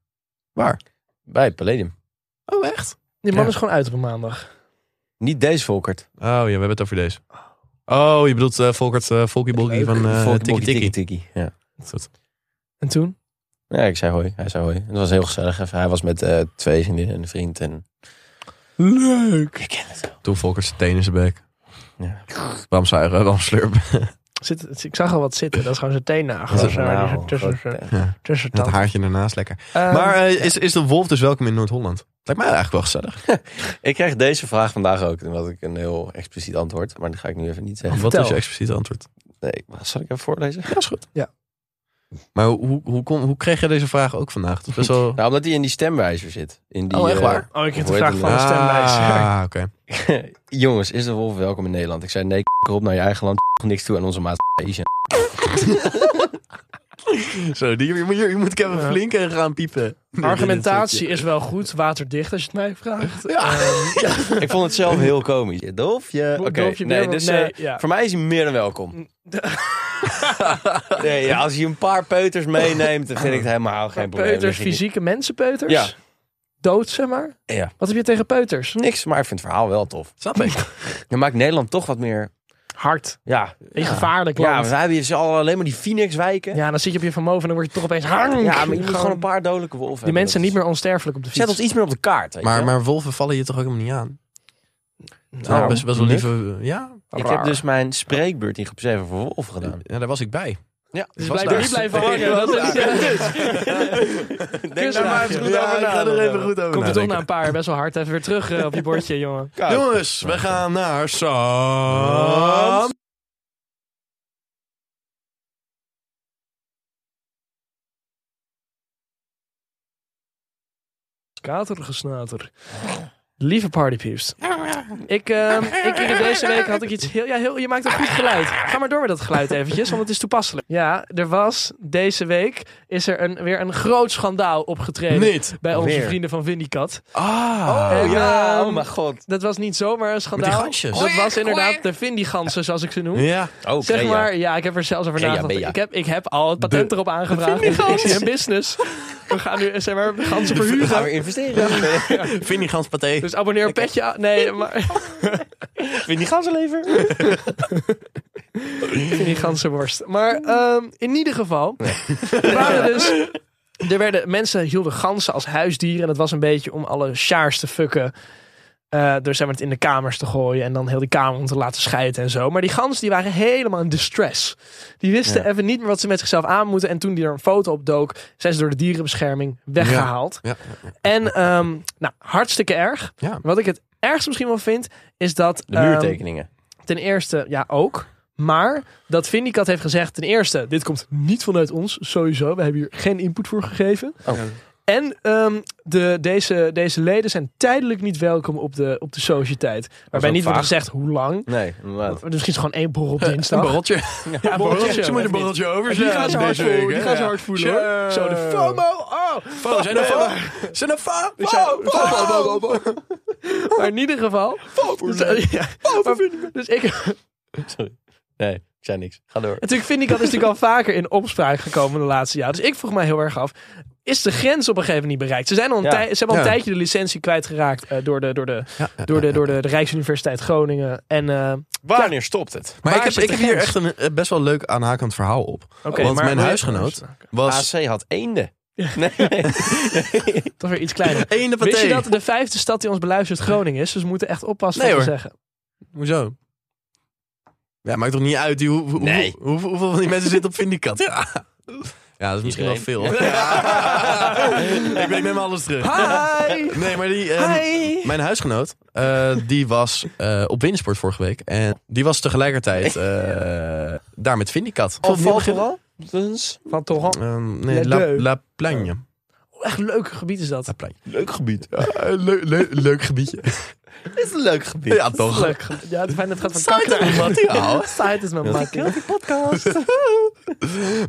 Speaker 2: Waar?
Speaker 3: Bij het Palladium.
Speaker 2: Oh, echt?
Speaker 1: Die man
Speaker 2: Ja.
Speaker 1: is gewoon uit op een maandag.
Speaker 3: Niet deze Volkert.
Speaker 2: Oh ja, we hebben het over deze. Oh, je bedoelt eh, Volkert eh Volkie Bolkie van eh,
Speaker 3: Volkert
Speaker 2: Tikkie Tikkie.
Speaker 3: Bokkie Tikkie. Ja.
Speaker 2: Goed.
Speaker 1: En toen?
Speaker 3: ja, ik zei hoi. Hij zei hoi. Het was heel gezellig. Even. Hij was met eh, twee vriendinnen en een vriend. En... Leuk. Je kent het wel.
Speaker 2: Toen Volkert zijn tenen in zijn bek.
Speaker 3: Ja.
Speaker 2: Bram zuigen, Bram slurpen.
Speaker 1: Zit, ik zag al wat zitten. Dat is gewoon zijn teennagel.
Speaker 3: Dat
Speaker 1: Ja,
Speaker 3: is
Speaker 1: zo,
Speaker 3: een
Speaker 1: die
Speaker 3: nagel.
Speaker 1: zit tussen,
Speaker 3: Grote
Speaker 1: zijn-
Speaker 3: tent.
Speaker 1: tussen
Speaker 2: Dat
Speaker 1: tanden.
Speaker 2: haartje daarnaast lekker.
Speaker 1: Ehm,
Speaker 2: maar eh, is, is de wolf dus welkom in Noord-Holland? Lijkt mij eigenlijk wel gezellig.
Speaker 3: Ik kreeg deze vraag vandaag ook. En had ik een heel expliciet antwoord. Maar dat ga ik nu even niet
Speaker 2: Wat
Speaker 3: zeggen.
Speaker 1: vertel.
Speaker 2: is je expliciete antwoord?
Speaker 3: Nee, maar zal ik even voorlezen?
Speaker 2: Ja, is goed.
Speaker 1: Ja.
Speaker 2: Maar hoe, hoe, hoe, kon- hoe kreeg je deze vraag ook vandaag? Dat is best wel...
Speaker 3: Nou, omdat hij in die stemwijzer zit. In die,
Speaker 2: Oh, echt
Speaker 3: eh,
Speaker 2: waar?
Speaker 1: Oh, ik heb de
Speaker 3: Hoe
Speaker 1: vraag
Speaker 3: heet
Speaker 1: van de
Speaker 3: het?
Speaker 1: stemlijst.
Speaker 2: Ah, oké.
Speaker 3: jongens, is de wolf welkom in Nederland? Ik zei nee, k- op naar je eigen land. k- Niks toe aan onze maat. k- Isha.
Speaker 2: Zo, die, hier, moet- hier moet ik even
Speaker 1: Ja.
Speaker 2: flink eh, gaan piepen.
Speaker 1: Argumentatie is wel goed, waterdicht als je het mij vraagt. Ehm,
Speaker 2: Ja.
Speaker 3: ik vond het zelf heel komisch. Dolfje. Oké,
Speaker 1: Dolfje
Speaker 3: nee,
Speaker 1: Berman,
Speaker 3: dus
Speaker 1: nee,
Speaker 3: eh,
Speaker 1: ja.
Speaker 3: voor mij is hij meer dan welkom. nee, ja, als hij een paar peuters meeneemt, dan vind ik het helemaal geen probleem.
Speaker 1: Peuters,
Speaker 3: Dan ging
Speaker 1: fysieke mensen, peuters?
Speaker 3: Ja.
Speaker 1: Dood, zeg maar.
Speaker 3: hij- Ja,
Speaker 1: Wat heb je tegen peuters?
Speaker 3: niks, maar ik vind het verhaal wel tof.
Speaker 2: Snap ik.
Speaker 3: Dan maakt Nederland toch wat meer...
Speaker 1: Hard.
Speaker 3: Ja,
Speaker 1: Een gevaarlijk
Speaker 3: ja
Speaker 1: land.
Speaker 3: want wij hebben hier dus al- alleen maar die Phoenix-wijken.
Speaker 1: Ja, dan zit je op je vermogen en dan word je toch opeens hang.
Speaker 3: Ja, maar je moet gewoon een paar dodelijke wolven
Speaker 1: Die
Speaker 3: hebben.
Speaker 1: mensen
Speaker 3: Dat
Speaker 1: niet meer onsterfelijk op de
Speaker 3: is-
Speaker 1: fiets.
Speaker 3: Zet ons iets meer op de kaart. Weet je
Speaker 2: Maar,
Speaker 3: wel.
Speaker 2: maar wolven vallen je toch ook helemaal niet aan?
Speaker 1: Nou,
Speaker 2: Nou, best, best wel
Speaker 3: leuk.
Speaker 2: lieve... Ja?
Speaker 3: Oh, ik
Speaker 1: raar.
Speaker 3: heb dus mijn spreekbeurt in groep 7 voor wolven gedaan.
Speaker 2: ja, daar was ik bij.
Speaker 3: Ja,
Speaker 1: Dus
Speaker 2: Was
Speaker 1: blijf
Speaker 2: daar-
Speaker 1: er niet blijven hangen. Dat is,
Speaker 3: Denk
Speaker 1: daar maar eens goed
Speaker 2: Ja, ik ga er even goed
Speaker 1: komt er
Speaker 2: over
Speaker 1: toch
Speaker 2: nadenken.
Speaker 1: na een paar jaar best wel hard even weer terug eh, op je bordje, jongen.
Speaker 2: Jongens, we gaan naar Sam.
Speaker 1: Katergesnater. Lieve partypeeps. Ik, ehm, ik kreeg deze week had ik iets heel, ja, heel... Je maakt een goed geluid. Ga maar door met dat geluid eventjes, want het is toepasselijk. Ja, er was deze week... is er een, weer een groot schandaal opgetreden...
Speaker 2: Niet.
Speaker 1: bij onze
Speaker 3: Weer.
Speaker 1: vrienden van Vindicat. Oh,
Speaker 2: Ah.
Speaker 1: En,
Speaker 3: Oh, ja,
Speaker 1: ehm,
Speaker 3: oh mijn god.
Speaker 1: Dat was niet zomaar een
Speaker 2: Met die
Speaker 1: schandaal.
Speaker 2: gansjes.
Speaker 1: Dat was inderdaad de Vindigansen, zoals ik ze noem.
Speaker 2: Ja.
Speaker 3: Oh,
Speaker 1: Zeg
Speaker 3: Crea.
Speaker 1: maar, ja, ik heb er zelfs over
Speaker 3: Crea,
Speaker 1: nagedacht.
Speaker 3: Bea.
Speaker 1: Ik heb, ik heb al het patent
Speaker 2: De-
Speaker 1: erop aangevraagd. Ik zie een business. We gaan nu, zeg maar, de ganzen
Speaker 3: We gaan
Speaker 1: verhuren.
Speaker 3: weer investeren.
Speaker 2: Vind die gans paté.
Speaker 1: Dus abonneer op Petje. aan- Nee, maar
Speaker 3: Vind die ganzenlever?
Speaker 1: in die ganzenworst. Maar ehm, in ieder geval, er waren dus... Er werden, mensen hielden ganzen als huisdieren. En dat was een beetje om alle sjaars te fucken. Eh door zeg maar, het in de kamers te gooien. En dan heel die kamer om te laten scheiden en zo. Maar die ganzen die waren helemaal in distress. Die wisten even niet meer wat ze met zichzelf aan moeten. En toen die er een foto op dook, zijn ze door de dierenbescherming weggehaald.
Speaker 2: Ja.
Speaker 1: En ehm, nou, hartstikke erg.
Speaker 2: Ja.
Speaker 1: Wat ik het ergste misschien wel vind, is dat...
Speaker 3: De
Speaker 1: ehm,
Speaker 3: muurtekeningen.
Speaker 1: ten eerste, ja, ook. Maar dat Vindicat heeft gezegd, ten eerste, dit komt niet vanuit ons, sowieso. We hebben hier geen input voor gegeven.
Speaker 3: Oh.
Speaker 1: En ehm, de, deze, deze leden zijn tijdelijk niet welkom op de, op de sociëteit. Waarbij
Speaker 3: ook
Speaker 1: niet wordt
Speaker 3: vaag.
Speaker 1: gezegd hoe lang.
Speaker 3: Nee, inderdaad.
Speaker 1: Dus misschien is gewoon één borrel op dinsdag.
Speaker 2: Een borreltje.
Speaker 1: Ja, een borreltje.
Speaker 2: Ze moeten een borreltje over
Speaker 1: Die gaan ze hard
Speaker 2: deze week,
Speaker 1: voelen, die
Speaker 2: hè?
Speaker 1: gaan ze hard voelen hoor. Zo, de FOMO. Oh.
Speaker 2: Fo, zijn er fo? Zijn er fo?
Speaker 1: Ik zei-
Speaker 2: Fo, fo, fo, fo, fo.
Speaker 1: Maar in ieder geval. Dus, ja. Maar- dus ik,
Speaker 3: Nee, ik zei niks. Ga door.
Speaker 1: Natuurlijk vind ik dat is natuurlijk al vaker in opspraak gekomen de laatste jaren. Dus ik vroeg mij heel erg af. Is de grens op een gegeven moment niet bereikt? Ze, zijn al een
Speaker 3: Ja.
Speaker 1: tij- ze hebben al een
Speaker 2: Ja.
Speaker 1: tijdje de licentie kwijtgeraakt eh door, de, door, de,
Speaker 2: Ja, ja,
Speaker 1: door, de, door de, de Rijksuniversiteit Groningen. En eh,
Speaker 3: Wanneer stopt het?
Speaker 2: Maar ik
Speaker 1: Waar
Speaker 2: heb,
Speaker 1: zit
Speaker 2: ik
Speaker 1: de
Speaker 2: heb hier
Speaker 1: grens?
Speaker 2: echt een eh, best wel leuk aanhakend verhaal op.
Speaker 1: oké,
Speaker 2: Want
Speaker 1: maar-
Speaker 2: mijn huisgenoot was
Speaker 3: AC had eenden. Nee, nee.
Speaker 1: Toch weer iets kleiner.
Speaker 2: één
Speaker 1: Wist je
Speaker 2: paté.
Speaker 1: dat de vijfde stad die ons beluistert Groningen is? Dus we moeten echt oppassen
Speaker 2: Nee,
Speaker 1: wat we
Speaker 2: hoor.
Speaker 1: zeggen.
Speaker 2: Hoezo? Ja, maakt toch niet uit die, hoe, hoe-
Speaker 3: Nee.
Speaker 2: hoe- hoe- hoeveel van die mensen zitten op Vindicat? Ja. ja, dat is misschien
Speaker 3: Iedereen.
Speaker 2: wel veel. ik, ben, ik neem alles terug.
Speaker 1: Hi!
Speaker 2: Nee, maar die, ehm,
Speaker 1: Hi!
Speaker 2: mijn huisgenoot, eh, die was eh, op Winsport vorige week. En die was tegelijkertijd eh, daar met Vindicat.
Speaker 3: Van
Speaker 2: Opnieuw beginnen?
Speaker 3: Valkenwal? Dus.
Speaker 1: Van Toron.
Speaker 2: Ehm, nee,
Speaker 1: La
Speaker 2: La,
Speaker 1: Deux.
Speaker 2: La Plagne.
Speaker 1: Oh, echt leuk gebied is dat.
Speaker 2: La Plagne.
Speaker 3: Leuk gebied.
Speaker 2: Ja, eh, leuk- leuk- leuk gebiedje.
Speaker 3: Dit is een leuk gebied.
Speaker 2: ja, toch.
Speaker 1: Leuk. gebied. Ja, het fijn dat het gaat van
Speaker 2: Site
Speaker 1: kakker
Speaker 2: is
Speaker 1: naar
Speaker 2: wat, ja.
Speaker 1: Site is mijn makkie.
Speaker 3: podcast.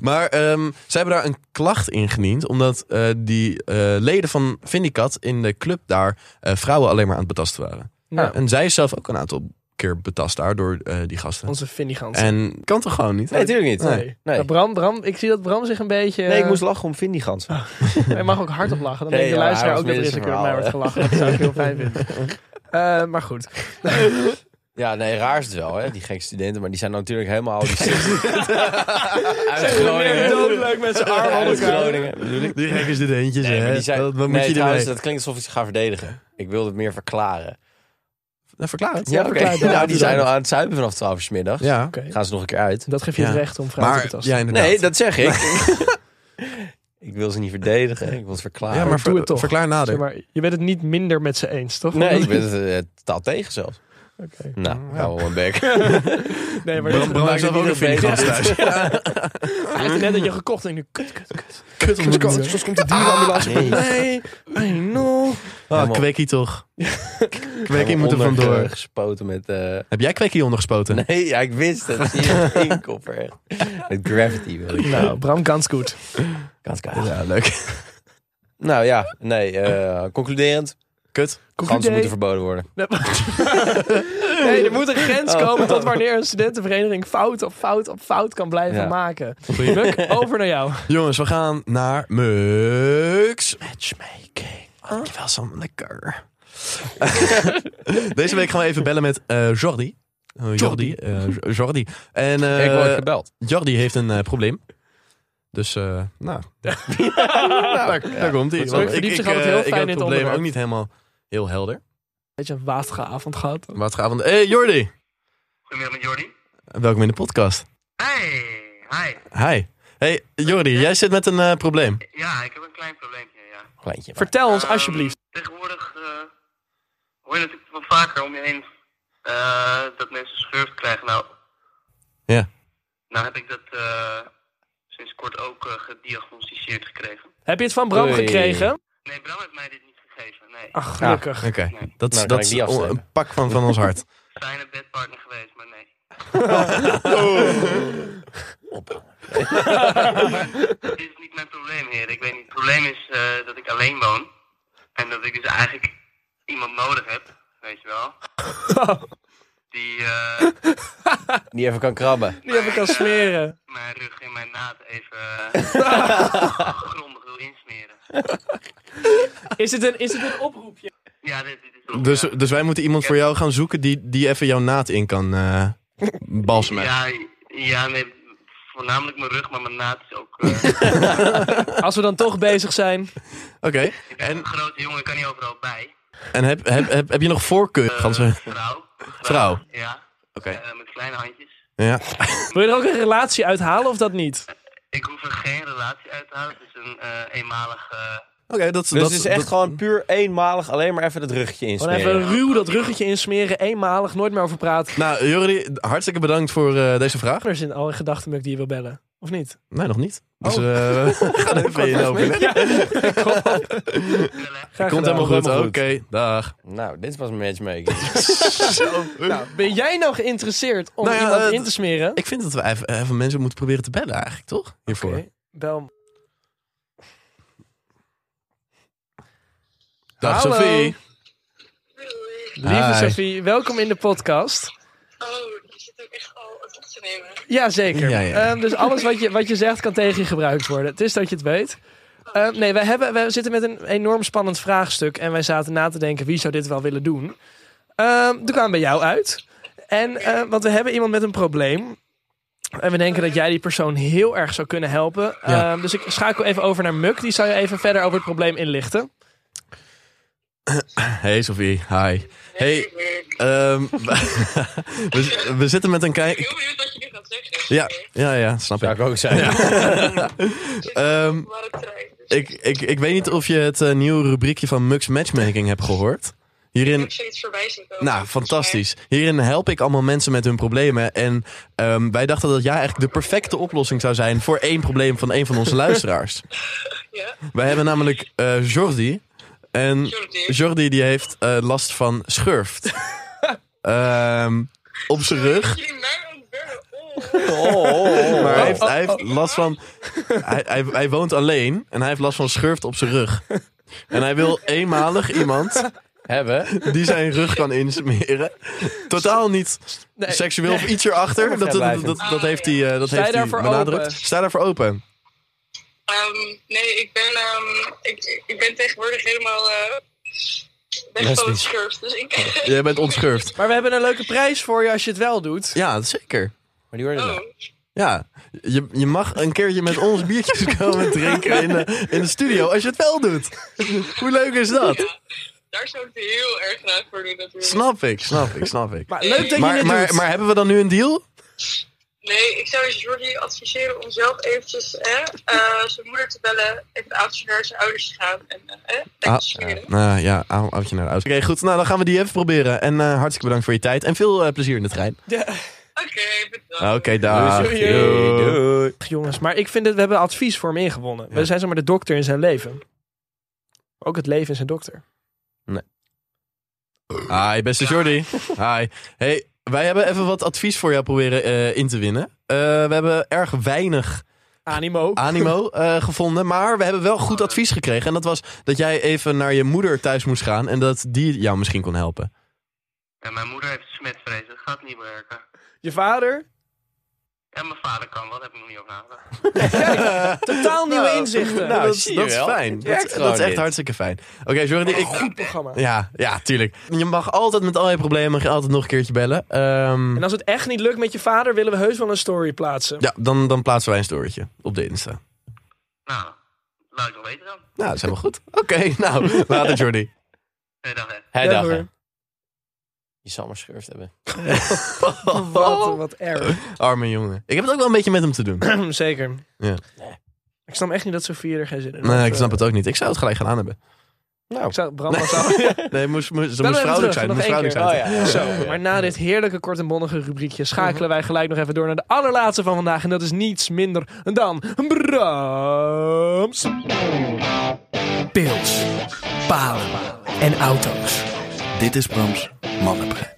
Speaker 2: Maar ehm, zij hebben daar een klacht ingediend. Omdat eh, die eh, leden van Vindicat in de club daar eh, vrouwen alleen maar aan het betasten waren.
Speaker 1: Ja,
Speaker 2: En zij is zelf ook een aantal keer betast daar door eh, die gasten.
Speaker 1: Onze Findigans.
Speaker 2: En kan toch gewoon niet?
Speaker 3: Nee, natuurlijk niet.
Speaker 1: Nee.
Speaker 3: Nee.
Speaker 1: Maar Bram, Bram, ik zie dat Bram zich een beetje...
Speaker 3: Nee, ik moest lachen om Vindigans.
Speaker 2: Ah.
Speaker 1: Hij mag ook hardop lachen. Dan
Speaker 3: Nee,
Speaker 1: denk de
Speaker 3: ja,
Speaker 1: luisteraar
Speaker 3: hij
Speaker 1: ook
Speaker 3: was
Speaker 1: dat er
Speaker 3: midden
Speaker 1: eens
Speaker 3: in
Speaker 1: een
Speaker 3: zijn
Speaker 1: keer om mij wordt
Speaker 3: verhaal,
Speaker 1: gelachen. Dat zou ik heel fijn vinden. Eh, maar goed.
Speaker 3: Ja, nee, raar is het wel, hè? Die gekke studenten, maar die zijn natuurlijk helemaal die uit Groningen.
Speaker 1: Doodleuk met zijn
Speaker 3: Uit Groningen, bedoel ik.
Speaker 2: Die gek is dit eentje,
Speaker 3: Nee, maar
Speaker 2: hè?
Speaker 3: die zijn,
Speaker 2: Wat, wat
Speaker 3: nee,
Speaker 2: moet je
Speaker 3: trouwens,
Speaker 2: ermee?
Speaker 3: dat klinkt alsof ik ze ga verdedigen. Ik wilde het meer verklaren.
Speaker 2: Nou, verklaar het.
Speaker 3: Ja, oké.
Speaker 1: verklaar het.
Speaker 3: Nou, die zijn al aan het zuipen vanaf 12 uur 's middags.
Speaker 2: Ja,
Speaker 1: Oké.
Speaker 3: Gaan ze nog een keer uit?
Speaker 1: Dat geeft je het
Speaker 2: Ja.
Speaker 1: recht om vragen te
Speaker 2: maar
Speaker 1: betasten.
Speaker 2: ja, inderdaad.
Speaker 3: Nee, dat zeg ik. ik wil ze niet verdedigen, ik wil ze verklaren.
Speaker 2: ja, maar
Speaker 1: doe het toch.
Speaker 2: verklaar nader.
Speaker 1: Zeg maar, je bent het niet minder met ze eens, toch?
Speaker 3: Nee, ik ben het eh, totaal tegen zelfs.
Speaker 1: Oké.
Speaker 3: Nou,
Speaker 2: Ja.
Speaker 3: hou wel mijn bek.
Speaker 1: Nee, maar
Speaker 2: Bram,
Speaker 1: dat
Speaker 2: Bram
Speaker 3: maakt
Speaker 2: heeft zelf
Speaker 3: het
Speaker 2: ook een
Speaker 3: niet nog
Speaker 2: Vindicat
Speaker 3: beter.
Speaker 2: thuis.
Speaker 1: hij heeft net dat je gekocht en nu kut, kut, kut.
Speaker 2: Kut om te doen.
Speaker 1: Soms komt de dierenambulance.
Speaker 3: Ah, nee.
Speaker 1: Nee, nee, no.
Speaker 2: Ah,
Speaker 3: Helemaal-
Speaker 2: Kwekkie toch. Kwekkie moet er
Speaker 3: Helemaal onder,
Speaker 2: vandoor.
Speaker 3: eh, gespoten met... eh,
Speaker 2: Heb jij Kwekkie ondergespoten?
Speaker 3: Nee, ja, ik wist het. Hier, inkopper. Met gravity wil ik.
Speaker 1: Nou, Bram, ganz goed.
Speaker 3: Kans kaas.
Speaker 2: Ja, leuk.
Speaker 3: Nou ja, nee. eh, concluderend.
Speaker 2: Kut.
Speaker 3: Ganzen moeten verboden worden.
Speaker 1: Nee, nee, er moet een grens
Speaker 3: Oh.
Speaker 1: komen tot wanneer een studentenvereniging fout op fout op fout kan blijven
Speaker 3: Ja.
Speaker 1: maken. Muk, over naar jou.
Speaker 2: Jongens, we gaan naar Mux. Ah.
Speaker 1: Matchmaking.
Speaker 2: Dankjewel, Sam. Lekker. Deze week gaan we even bellen met eh, Jordi. Eh, Jordi. eh, J- Jordi. En eh,
Speaker 3: ik word gebeld.
Speaker 2: Jordi heeft een eh, probleem. Dus, eh, nou. daar, daar komt hij.
Speaker 3: Goed zo.
Speaker 2: Want
Speaker 1: Verdiept zich
Speaker 2: eh,
Speaker 1: altijd heel fijn
Speaker 2: ik had
Speaker 1: in het
Speaker 2: het probleem
Speaker 1: onderwerp.
Speaker 2: ook niet helemaal heel helder.
Speaker 1: Beetje een waterige avond gehad.
Speaker 2: Watergavond. Hey, Jordi.
Speaker 4: Goedemiddag met Jordi.
Speaker 2: Welkom in de podcast.
Speaker 4: Hey, hi.
Speaker 2: Hi. Hey, Jordi. Jij zit met een eh, probleem.
Speaker 4: Ja, ik heb een klein probleempje, ja.
Speaker 3: Kleintje. maar.
Speaker 1: Vertel ons
Speaker 4: Ehm,
Speaker 1: alsjeblieft.
Speaker 4: Tegenwoordig eh, hoor je natuurlijk wel vaker om je heen eh, dat mensen schurft krijgen. Nou,
Speaker 2: Ja.
Speaker 4: nou heb ik dat eh, sinds kort ook eh, gediagnosticeerd gekregen.
Speaker 1: Heb je het van Bram
Speaker 3: Oei.
Speaker 1: gekregen?
Speaker 4: Nee, Bram heeft mij dit niet gegeven. Nee,
Speaker 1: Ach, gelukkig.
Speaker 2: Oké. Dat, is
Speaker 3: kan
Speaker 2: dat
Speaker 3: ik
Speaker 2: is
Speaker 3: die
Speaker 2: on-
Speaker 3: afstemmen.
Speaker 2: een pak van, van ons hart.
Speaker 4: fijne bedpartner geweest, maar nee. dit is niet mijn probleem, heer. Ik weet niet. Het probleem is eh, dat ik alleen woon. En dat ik dus eigenlijk iemand nodig heb, weet je wel. Die eh,
Speaker 3: Die even kan krabben.
Speaker 1: Die heb ik al smeren.
Speaker 4: mijn rug en mijn naad even eh, grondig wil insmeren.
Speaker 1: Is het een, is het een oproepje?
Speaker 4: Ja, dit, dit is toch.
Speaker 2: Dus,
Speaker 4: ja.
Speaker 2: dus wij moeten iemand voor jou gaan zoeken die, die even jouw naad in kan eh balsemen.
Speaker 4: ja, ja, nee, voornamelijk mijn rug, maar mijn naad is ook. eh,
Speaker 1: Als we dan toch bezig zijn.
Speaker 2: Oké.
Speaker 4: ik ben
Speaker 2: En,
Speaker 4: een grote jongen, kan niet overal bij.
Speaker 2: en heb, heb, heb, heb je nog voorkeur?
Speaker 4: Eh,
Speaker 2: Gaan ze...
Speaker 4: Vrouw.
Speaker 2: Vrouw.
Speaker 4: Ja,
Speaker 2: Oké.
Speaker 4: eh, met kleine handjes.
Speaker 2: Ja.
Speaker 1: Wil je er ook een relatie uithalen of dat niet?
Speaker 4: Ik hoef er geen relatie uit te houden. Het is een eh, eenmalige
Speaker 2: dat,
Speaker 3: Dus
Speaker 2: dat
Speaker 3: het is echt
Speaker 2: dat-
Speaker 3: gewoon puur eenmalig alleen maar even dat ruggetje
Speaker 1: Gewoon
Speaker 3: insmeren.
Speaker 1: even ruw dat ruggetje insmeren, eenmalig, nooit meer over praten.
Speaker 2: Nou, Jordi, hartstikke bedankt voor eh, deze vraag.
Speaker 1: Er zit al een gedachtenmuk die je wil bellen, of niet?
Speaker 2: Nee, nog niet. Dus eh we gaan even inlopen.
Speaker 1: Ja,
Speaker 4: eh,
Speaker 1: Graag gedaan.
Speaker 2: Komt helemaal goed.
Speaker 3: Helemaal
Speaker 2: Oké,
Speaker 3: goed.
Speaker 2: dag.
Speaker 3: Nou, dit was matchmaking.
Speaker 1: Nou, ben jij nou geïnteresseerd om
Speaker 2: Nou ja,
Speaker 1: iemand
Speaker 2: eh,
Speaker 1: in te smeren?
Speaker 2: Ik vind dat we even, even mensen moeten proberen te bellen eigenlijk, toch? Hiervoor.
Speaker 1: Oké, bel.
Speaker 2: Dag
Speaker 1: Hallo.
Speaker 2: Sophie.
Speaker 1: Lieve
Speaker 2: Hi.
Speaker 1: Sophie, welkom in de podcast.
Speaker 5: Oh, je zit ook echt al het op te nemen.
Speaker 1: Jazeker.
Speaker 2: Ja, ja.
Speaker 1: Ehm, dus alles wat je, wat je zegt kan tegen je gebruikt worden. Het is dat je het weet. Ehm, nee, wij, hebben, wij zitten met een enorm spannend vraagstuk. En wij zaten na te denken, wie zou dit wel willen doen? Ehm toen kwamen we jou uit. En, eh, want we hebben iemand met een probleem. En we denken dat jij die persoon heel erg zou kunnen helpen.
Speaker 2: Ja.
Speaker 1: Ehm, dus ik schakel even over naar Muk. Die zou je even verder over het probleem inlichten.
Speaker 2: Hey Sophie, hi. Hey, ehm, we, we zitten met een
Speaker 5: Ik ben
Speaker 2: kei...
Speaker 5: heel benieuwd wat je nu gaat zeggen.
Speaker 2: Ja, ja, ja, snap
Speaker 3: Zou
Speaker 2: ik.
Speaker 3: ik ook zijn.
Speaker 2: Ehm,
Speaker 5: Waar het draait. Dus
Speaker 2: ik, ik, ik weet niet of je het eh, nieuwe rubriekje van Mux Matchmaking hebt gehoord.
Speaker 5: ik
Speaker 2: Hierin
Speaker 5: heb zoiets voorbij zien komen.
Speaker 2: Nou, fantastisch. Hierin help ik allemaal mensen met hun problemen. En ehm, wij dachten dat jij eigenlijk de perfecte oplossing zou zijn voor één probleem van één van onze luisteraars.
Speaker 5: Ja,
Speaker 2: Wij hebben namelijk eh, Jordi. En
Speaker 5: Jordi.
Speaker 2: Jordi die heeft eh, last van schurft. Ehm, op zijn rug.
Speaker 5: Jullie mij ook bellen.
Speaker 3: Oh,
Speaker 5: Oh,
Speaker 3: oh, oh.
Speaker 2: Maar hij heeft, hij heeft last van. Hij, hij, hij woont alleen en hij heeft last van schurft op zijn rug. En hij wil eenmalig iemand
Speaker 3: Hebben.
Speaker 2: die zijn rug kan insmeren. Totaal niet
Speaker 1: Nee.
Speaker 2: seksueel of iets erachter. Dat, dat, dat, dat,
Speaker 5: Ah,
Speaker 2: heeft hij, eh, dat
Speaker 1: Sta
Speaker 2: heeft
Speaker 1: je
Speaker 2: hij
Speaker 1: daarvoor
Speaker 2: benadrukt.
Speaker 1: open?
Speaker 2: Sta daarvoor open.
Speaker 5: Ehm, nee, ik ben, ehm, ik, ik ben tegenwoordig helemaal eh weg van het
Speaker 3: Lesbisch.
Speaker 5: schurft. Dus ik...
Speaker 2: Jij bent onschurft.
Speaker 1: Maar we hebben een leuke prijs voor je als je het wel doet.
Speaker 2: Ja, zeker.
Speaker 3: Maar die worden
Speaker 5: Oh,
Speaker 3: er.
Speaker 2: Ja, je, je mag een keertje met ons biertjes komen drinken in de, in de studio als je het wel doet. Hoe leuk is dat?
Speaker 5: ja. Daar zou ik het heel erg graag voor doen natuurlijk.
Speaker 2: Snap ik, snap ik, snap ik.
Speaker 1: Maar leuk dat je
Speaker 2: Maar,
Speaker 1: dit
Speaker 2: maar,
Speaker 1: doet.
Speaker 2: maar hebben we dan nu een deal?
Speaker 5: Nee, ik zou Jordi adviseren om zelf eventjes hè, eh, zijn moeder te bellen, even een avondje naar zijn ouders te gaan en eh, hè, lekker
Speaker 2: Ah,
Speaker 5: te smeren.
Speaker 2: Nou ja, ou- oudje naar oud. Oké, goed. Nou, dan gaan we die even proberen. En eh, hartstikke bedankt voor je tijd. En veel eh, plezier in de trein.
Speaker 5: Oké, bedankt.
Speaker 2: Ah, Oké, dag.
Speaker 3: Doei,
Speaker 1: Joe.
Speaker 2: Yo.
Speaker 3: doei.
Speaker 1: Ach, jongens, maar ik vind dat we hebben advies voor hem ingewonnen. We zijn zomaar de dokter in zijn leven. Ook het leven in zijn dokter.
Speaker 2: Hi, beste Jordi. Hi. Hey, wij hebben even wat advies voor jou proberen eh, in te winnen. Eh, we hebben erg weinig
Speaker 1: Animo.
Speaker 2: animo eh, gevonden, maar we hebben wel goed advies gekregen. En dat was dat jij even naar je moeder thuis moest gaan en dat die jou misschien kon helpen.
Speaker 4: En mijn moeder heeft smetvrees, dat gaat niet werken.
Speaker 1: Je vader?
Speaker 4: En mijn vader kan, wat heb ik nog niet over nagedacht.
Speaker 1: Totaal nieuwe inzichten.
Speaker 2: Nou,
Speaker 3: Nou,
Speaker 2: dat,
Speaker 3: zie je
Speaker 2: dat is
Speaker 3: wel.
Speaker 2: fijn.
Speaker 3: Het
Speaker 2: Dat,
Speaker 3: werkt
Speaker 2: dat is
Speaker 3: gewoon Nou,
Speaker 2: echt
Speaker 3: dit.
Speaker 2: hartstikke fijn. Oké, Jordi, ik...
Speaker 1: Goed programma.
Speaker 2: Ja, ja, tuurlijk. Je mag altijd met al je problemen mag je altijd nog een keertje bellen. Ehm,
Speaker 1: En als het echt niet lukt met je vader, willen we heus wel een story plaatsen.
Speaker 2: ja, dan, dan plaatsen wij een storytje op de Insta.
Speaker 4: Nou, laat ik nog weten dan.
Speaker 2: Nou, dat is helemaal goed. Oké, nou, later Jordi.
Speaker 4: Nee, dag hè.
Speaker 3: Hij
Speaker 1: Ja,
Speaker 3: dacht,
Speaker 1: hoor.
Speaker 3: hè. je zal maar schurft hebben.
Speaker 2: Oh.
Speaker 1: Wat, wat erg.
Speaker 2: Arme jongen. Ik heb het ook wel een beetje met hem te doen.
Speaker 1: Zeker.
Speaker 2: Ja.
Speaker 1: Ik snap echt niet dat Sofie er geen zin in eh.
Speaker 2: Nee, ik snap het ook niet. Ik zou het gelijk gedaan hebben.
Speaker 1: Ik
Speaker 2: Nou.
Speaker 1: zou Bram was al...
Speaker 2: Nee, moest, moest, ze
Speaker 1: Bel
Speaker 2: moest
Speaker 1: even
Speaker 2: vrouwelijk
Speaker 1: terug,
Speaker 2: zijn.
Speaker 1: nog
Speaker 2: Moest
Speaker 1: één
Speaker 2: vrouwelijk
Speaker 1: keer.
Speaker 2: zijn.
Speaker 3: Oh ja.
Speaker 1: Zo,
Speaker 3: Ja.
Speaker 1: maar na dit heerlijke kort en bondige rubriekje schakelen wij gelijk nog even door naar de allerlaatste van vandaag. En dat is niets minder dan Brams. Pils, palen en auto's.
Speaker 3: Oh,
Speaker 6: Dit is Brams Mannenbrein.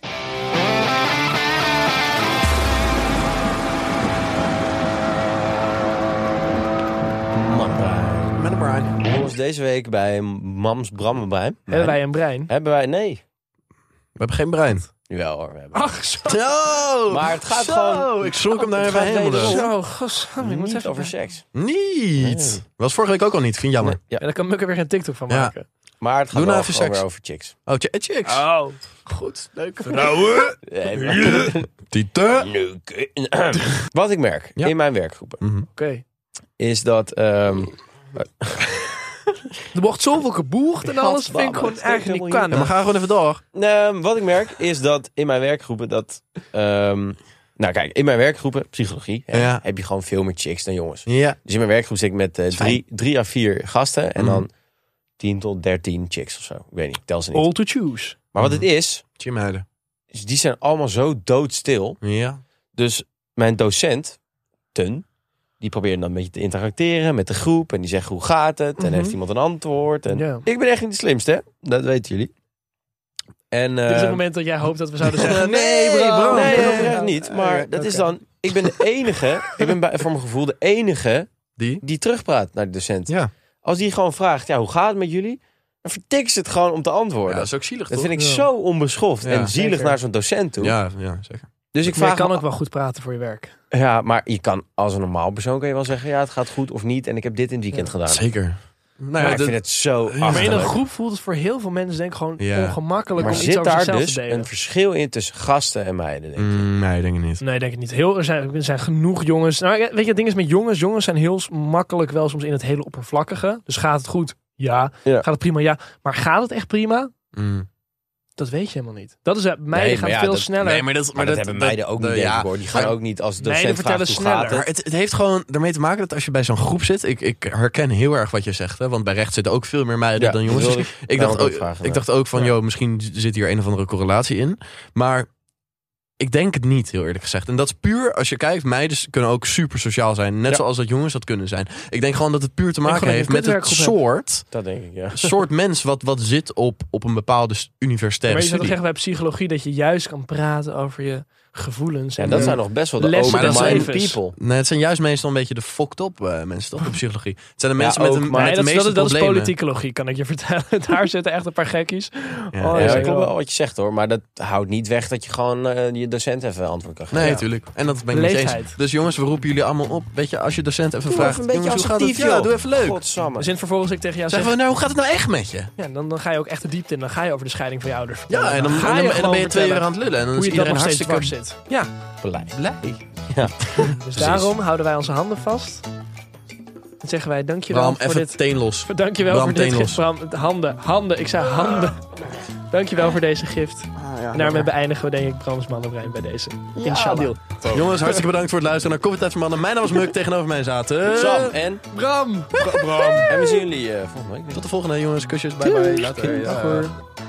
Speaker 2: Met een Brian.
Speaker 3: Volgens deze week bij Mams Brammenbrein.
Speaker 1: Hebben wij een brein?
Speaker 3: Hebben wij... Nee.
Speaker 2: We hebben geen Brian.
Speaker 3: Jawel hoor. We hebben.
Speaker 1: Ach, zo.
Speaker 2: Zo!
Speaker 3: Maar het gaat
Speaker 2: Zo,
Speaker 3: gewoon-
Speaker 2: Ik slok hem daar
Speaker 3: Het
Speaker 2: even
Speaker 3: gaat
Speaker 2: helemaal
Speaker 3: wederom.
Speaker 2: door.
Speaker 1: Zo, godsamme, Oh, ik moet
Speaker 3: niet
Speaker 1: even...
Speaker 3: over seks.
Speaker 2: Niet. Was vorige week ook al niet. Vind ik jammer.
Speaker 3: Nee, ja.
Speaker 1: En dan kan Mukker weer geen TikTok van
Speaker 2: Ja.
Speaker 1: maken.
Speaker 3: Maar het gaat
Speaker 2: Doe nou
Speaker 3: wel
Speaker 2: even
Speaker 3: gewoon
Speaker 2: seks.
Speaker 3: weer over chicks.
Speaker 2: Oh, ch- eh, chicks.
Speaker 1: Oh.
Speaker 2: goed. Leuk. Vrouwen.
Speaker 3: Nee, maar-
Speaker 2: Tieten.
Speaker 3: Leuk. Eh, Wat ik merk
Speaker 2: Ja.
Speaker 3: in mijn werkgroepen
Speaker 2: Mhm.
Speaker 1: Oké.
Speaker 3: is dat... ehm,
Speaker 1: Er wordt zoveel geboerd en alles. vind ik gewoon
Speaker 3: Godverdamme,
Speaker 1: echt
Speaker 3: het
Speaker 1: niet
Speaker 3: is
Speaker 1: kan.
Speaker 2: Ja, maar ga gewoon even door.
Speaker 3: Nou, wat ik merk is dat in mijn werkgroepen dat. ehm, nou, kijk, in mijn werkgroepen, psychologie, hè,
Speaker 2: Ja.
Speaker 3: heb je gewoon veel meer chicks dan jongens.
Speaker 2: Ja.
Speaker 3: Dus in mijn werkgroep zit ik met eh,
Speaker 2: fijn. Mhm.
Speaker 3: drie, drie à vier gasten. En dan 10 tot 13 chicks of zo. Ik weet niet, ik tel ze
Speaker 2: Oh.
Speaker 3: niet.
Speaker 1: All to choose.
Speaker 3: Maar wat het is,
Speaker 2: Jim Heiden.
Speaker 3: is die zijn allemaal zo doodstil.
Speaker 2: Ja.
Speaker 3: Dus mijn docent, Tun, die probeerde dan een beetje te interacteren met de groep. En die zegt, hoe gaat het? En
Speaker 1: Mhm.
Speaker 3: heeft iemand een antwoord? En
Speaker 1: Ja.
Speaker 3: Ik ben echt niet de slimste, hè? Dat weten jullie. En,
Speaker 1: Dit is
Speaker 3: eh,
Speaker 1: het moment dat jij hoopt dat we zouden zeggen...
Speaker 2: Nee, bro.
Speaker 3: Nee,
Speaker 2: Nee,
Speaker 3: nee,
Speaker 2: bro.
Speaker 3: nee,
Speaker 1: Eh,
Speaker 3: niet. Maar dat is dan... Ik ben de enige, ik ben bij, voor mijn gevoel de enige
Speaker 2: Die?
Speaker 3: die terugpraat naar de docent.
Speaker 2: Ja.
Speaker 3: Als die gewoon vraagt, ja, hoe gaat het met jullie? Dan vertikt ze het gewoon om te
Speaker 2: ja.
Speaker 3: antwoorden.
Speaker 2: Oh, Dat
Speaker 3: dat,
Speaker 2: is ook zielig,
Speaker 3: vind ik
Speaker 1: Ja.
Speaker 3: zo onbeschoft
Speaker 2: Ja,
Speaker 3: en zielig
Speaker 1: zeker.
Speaker 3: naar zo'n docent toe.
Speaker 2: Ja, ja, zeker.
Speaker 3: Dus ik
Speaker 1: Maar
Speaker 3: vraag
Speaker 1: je kan
Speaker 3: me-
Speaker 1: ook wel goed praten voor je werk.
Speaker 3: Ja, maar je kan als een normaal persoon kan je wel zeggen, ja, het gaat goed of niet. En ik heb dit in het weekend gedaan.
Speaker 2: Zeker. Nou
Speaker 3: Maar
Speaker 2: ja,
Speaker 3: ik
Speaker 2: dat-
Speaker 3: vind het zo
Speaker 1: Maar in een
Speaker 3: achterlijk.
Speaker 1: groep voelt het voor heel veel mensen denk ik gewoon
Speaker 2: Ja.
Speaker 1: ongemakkelijk
Speaker 3: Maar
Speaker 1: om iets
Speaker 3: zit
Speaker 1: over
Speaker 3: daar
Speaker 1: zichzelf
Speaker 3: dus
Speaker 1: te delen.
Speaker 3: een verschil in tussen gasten en meiden? Denk ik?
Speaker 2: Mm, nee, ik denk het niet.
Speaker 1: Nee, denk ik niet. Heel, er, zijn, er zijn genoeg jongens. Nou, weet je, het ding is met jongens. Jongens zijn heel s- makkelijk wel soms in het hele oppervlakkige. Dus gaat het goed? Ja.
Speaker 3: Ja.
Speaker 1: Gaat het prima? Ja. Maar gaat het echt prima?
Speaker 2: Mm.
Speaker 1: Dat weet je helemaal niet. Dat is eh, het. Meiden
Speaker 3: Nee, maar
Speaker 1: gaan
Speaker 3: ja,
Speaker 1: veel
Speaker 3: dat-
Speaker 1: sneller.
Speaker 2: maar dat,
Speaker 3: Maar, dat, hebben meiden ook niet,
Speaker 2: dat-
Speaker 3: denk
Speaker 2: ja.
Speaker 3: ik, hoor. Die gaan
Speaker 2: Maar-
Speaker 3: ook niet als de
Speaker 1: Meiden
Speaker 3: docent
Speaker 1: vertellen
Speaker 3: vraagt hoe gaat
Speaker 1: sneller.
Speaker 2: Maar
Speaker 3: het.
Speaker 2: het, het heeft gewoon ermee te maken dat als je bij zo'n groep zit... Ik, ik herken heel erg wat je zegt, hè. Want bij recht zitten ook veel meer meiden
Speaker 3: Ja,
Speaker 2: dan
Speaker 3: dat
Speaker 2: jongens.
Speaker 3: wilde
Speaker 2: Dus ik, dacht
Speaker 3: daarom
Speaker 2: ook,
Speaker 3: ook vragen,
Speaker 2: ik
Speaker 3: ja.
Speaker 2: dacht ook van,
Speaker 3: Ja.
Speaker 2: joh, misschien z- zit hier een of andere correlatie in. Maar ik denk het niet, heel eerlijk gezegd. En dat is puur, als je kijkt, meiden kunnen ook super sociaal zijn. Net
Speaker 3: Ja.
Speaker 2: zoals dat jongens dat kunnen zijn. Ik denk gewoon dat het puur te
Speaker 1: gewoon
Speaker 2: maken
Speaker 1: een
Speaker 2: heeft met het
Speaker 1: kutwerkgroep
Speaker 2: soort...
Speaker 3: Dat denk ik, ja.
Speaker 2: soort mens wat, wat zit op, op een bepaalde s- universitaire
Speaker 1: Maar je zou toch
Speaker 2: studie.
Speaker 1: zeggen bij psychologie dat je juist kan praten over je gevoelens.
Speaker 3: Ja,
Speaker 1: en
Speaker 3: dat
Speaker 2: Mm.
Speaker 1: je-
Speaker 3: zijn nog best wel de
Speaker 1: Lessen
Speaker 3: open
Speaker 2: des
Speaker 3: minded
Speaker 1: levens.
Speaker 3: people.
Speaker 2: Nee, het zijn juist meestal een beetje de fucked up eh, mensen, toch? De psychologie. Het zijn de
Speaker 3: Ja,
Speaker 2: mensen met,
Speaker 3: ook,
Speaker 2: de-
Speaker 3: maar-
Speaker 2: met
Speaker 1: Nee,
Speaker 2: de
Speaker 1: dat, is- dat,
Speaker 2: meeste
Speaker 1: is- dat is
Speaker 2: problemen.
Speaker 1: politieke logiek, kan ik je vertellen. Daar zitten echt een paar gekkies.
Speaker 2: Ja.
Speaker 1: Oh,
Speaker 3: Ja,
Speaker 1: ja,
Speaker 3: dat klopt
Speaker 1: wel.
Speaker 3: wel wat je zegt hoor, maar dat houdt niet weg dat je gewoon eh, je docent even antwoord kan geven.
Speaker 2: Nee,
Speaker 3: Ja.
Speaker 2: natuurlijk. En dat ben ik niet eens.
Speaker 1: Leeftijd.
Speaker 2: Dus jongens, we roepen jullie allemaal op. Weet je, als je docent even
Speaker 3: Doe
Speaker 2: vraagt.
Speaker 3: even een beetje
Speaker 2: jongens, hoe gaat het?
Speaker 3: assertief, joh.
Speaker 2: Ja, doe even leuk.
Speaker 3: Godsamme.
Speaker 1: Dus in vervolgens ik tegen jou zeg,
Speaker 2: Zeggen we, nou, hoe gaat het nou echt met je?
Speaker 1: ja, dan, dan ga je ook echt de diepte in. Dan ga je over de scheiding van je ouders
Speaker 2: Ja,
Speaker 1: vertellen.
Speaker 2: en dan, en
Speaker 1: ga
Speaker 2: dan, en dan
Speaker 1: gewoon
Speaker 2: ben je twee uur
Speaker 1: vertellen
Speaker 2: aan het lullen. En dan
Speaker 1: Hoe je
Speaker 2: is
Speaker 1: dat
Speaker 2: iedereen
Speaker 1: nog steeds
Speaker 2: hartstikke
Speaker 1: dwars zit. Ja,
Speaker 3: Beleid.
Speaker 2: blij.
Speaker 1: Dus daarom houden wij onze handen vast. En zeggen wij dankjewel
Speaker 2: Bram,
Speaker 1: voor
Speaker 2: even
Speaker 1: dit.
Speaker 2: teen los.
Speaker 1: Dankjewel
Speaker 2: Bram
Speaker 1: voor dit
Speaker 2: Tenos.
Speaker 1: gift, Bram. Het- Handen, handen. Ik zei handen. Dankjewel voor deze gift. en daarmee beëindigen we denk ik Brams mannenbrein bij deze. Inshallah.
Speaker 2: Jongens, hartstikke bedankt voor het luisteren naar Comedy Tijd voor Mannen. Mijn naam is Muk, tegenover mij zaten...
Speaker 3: Sam en,
Speaker 1: Bram!
Speaker 3: en we zien jullie eh volgende week. weer.
Speaker 2: Tot de volgende, jongens. Kusjes, bye bye. Later. Ja.
Speaker 1: Dag hoor.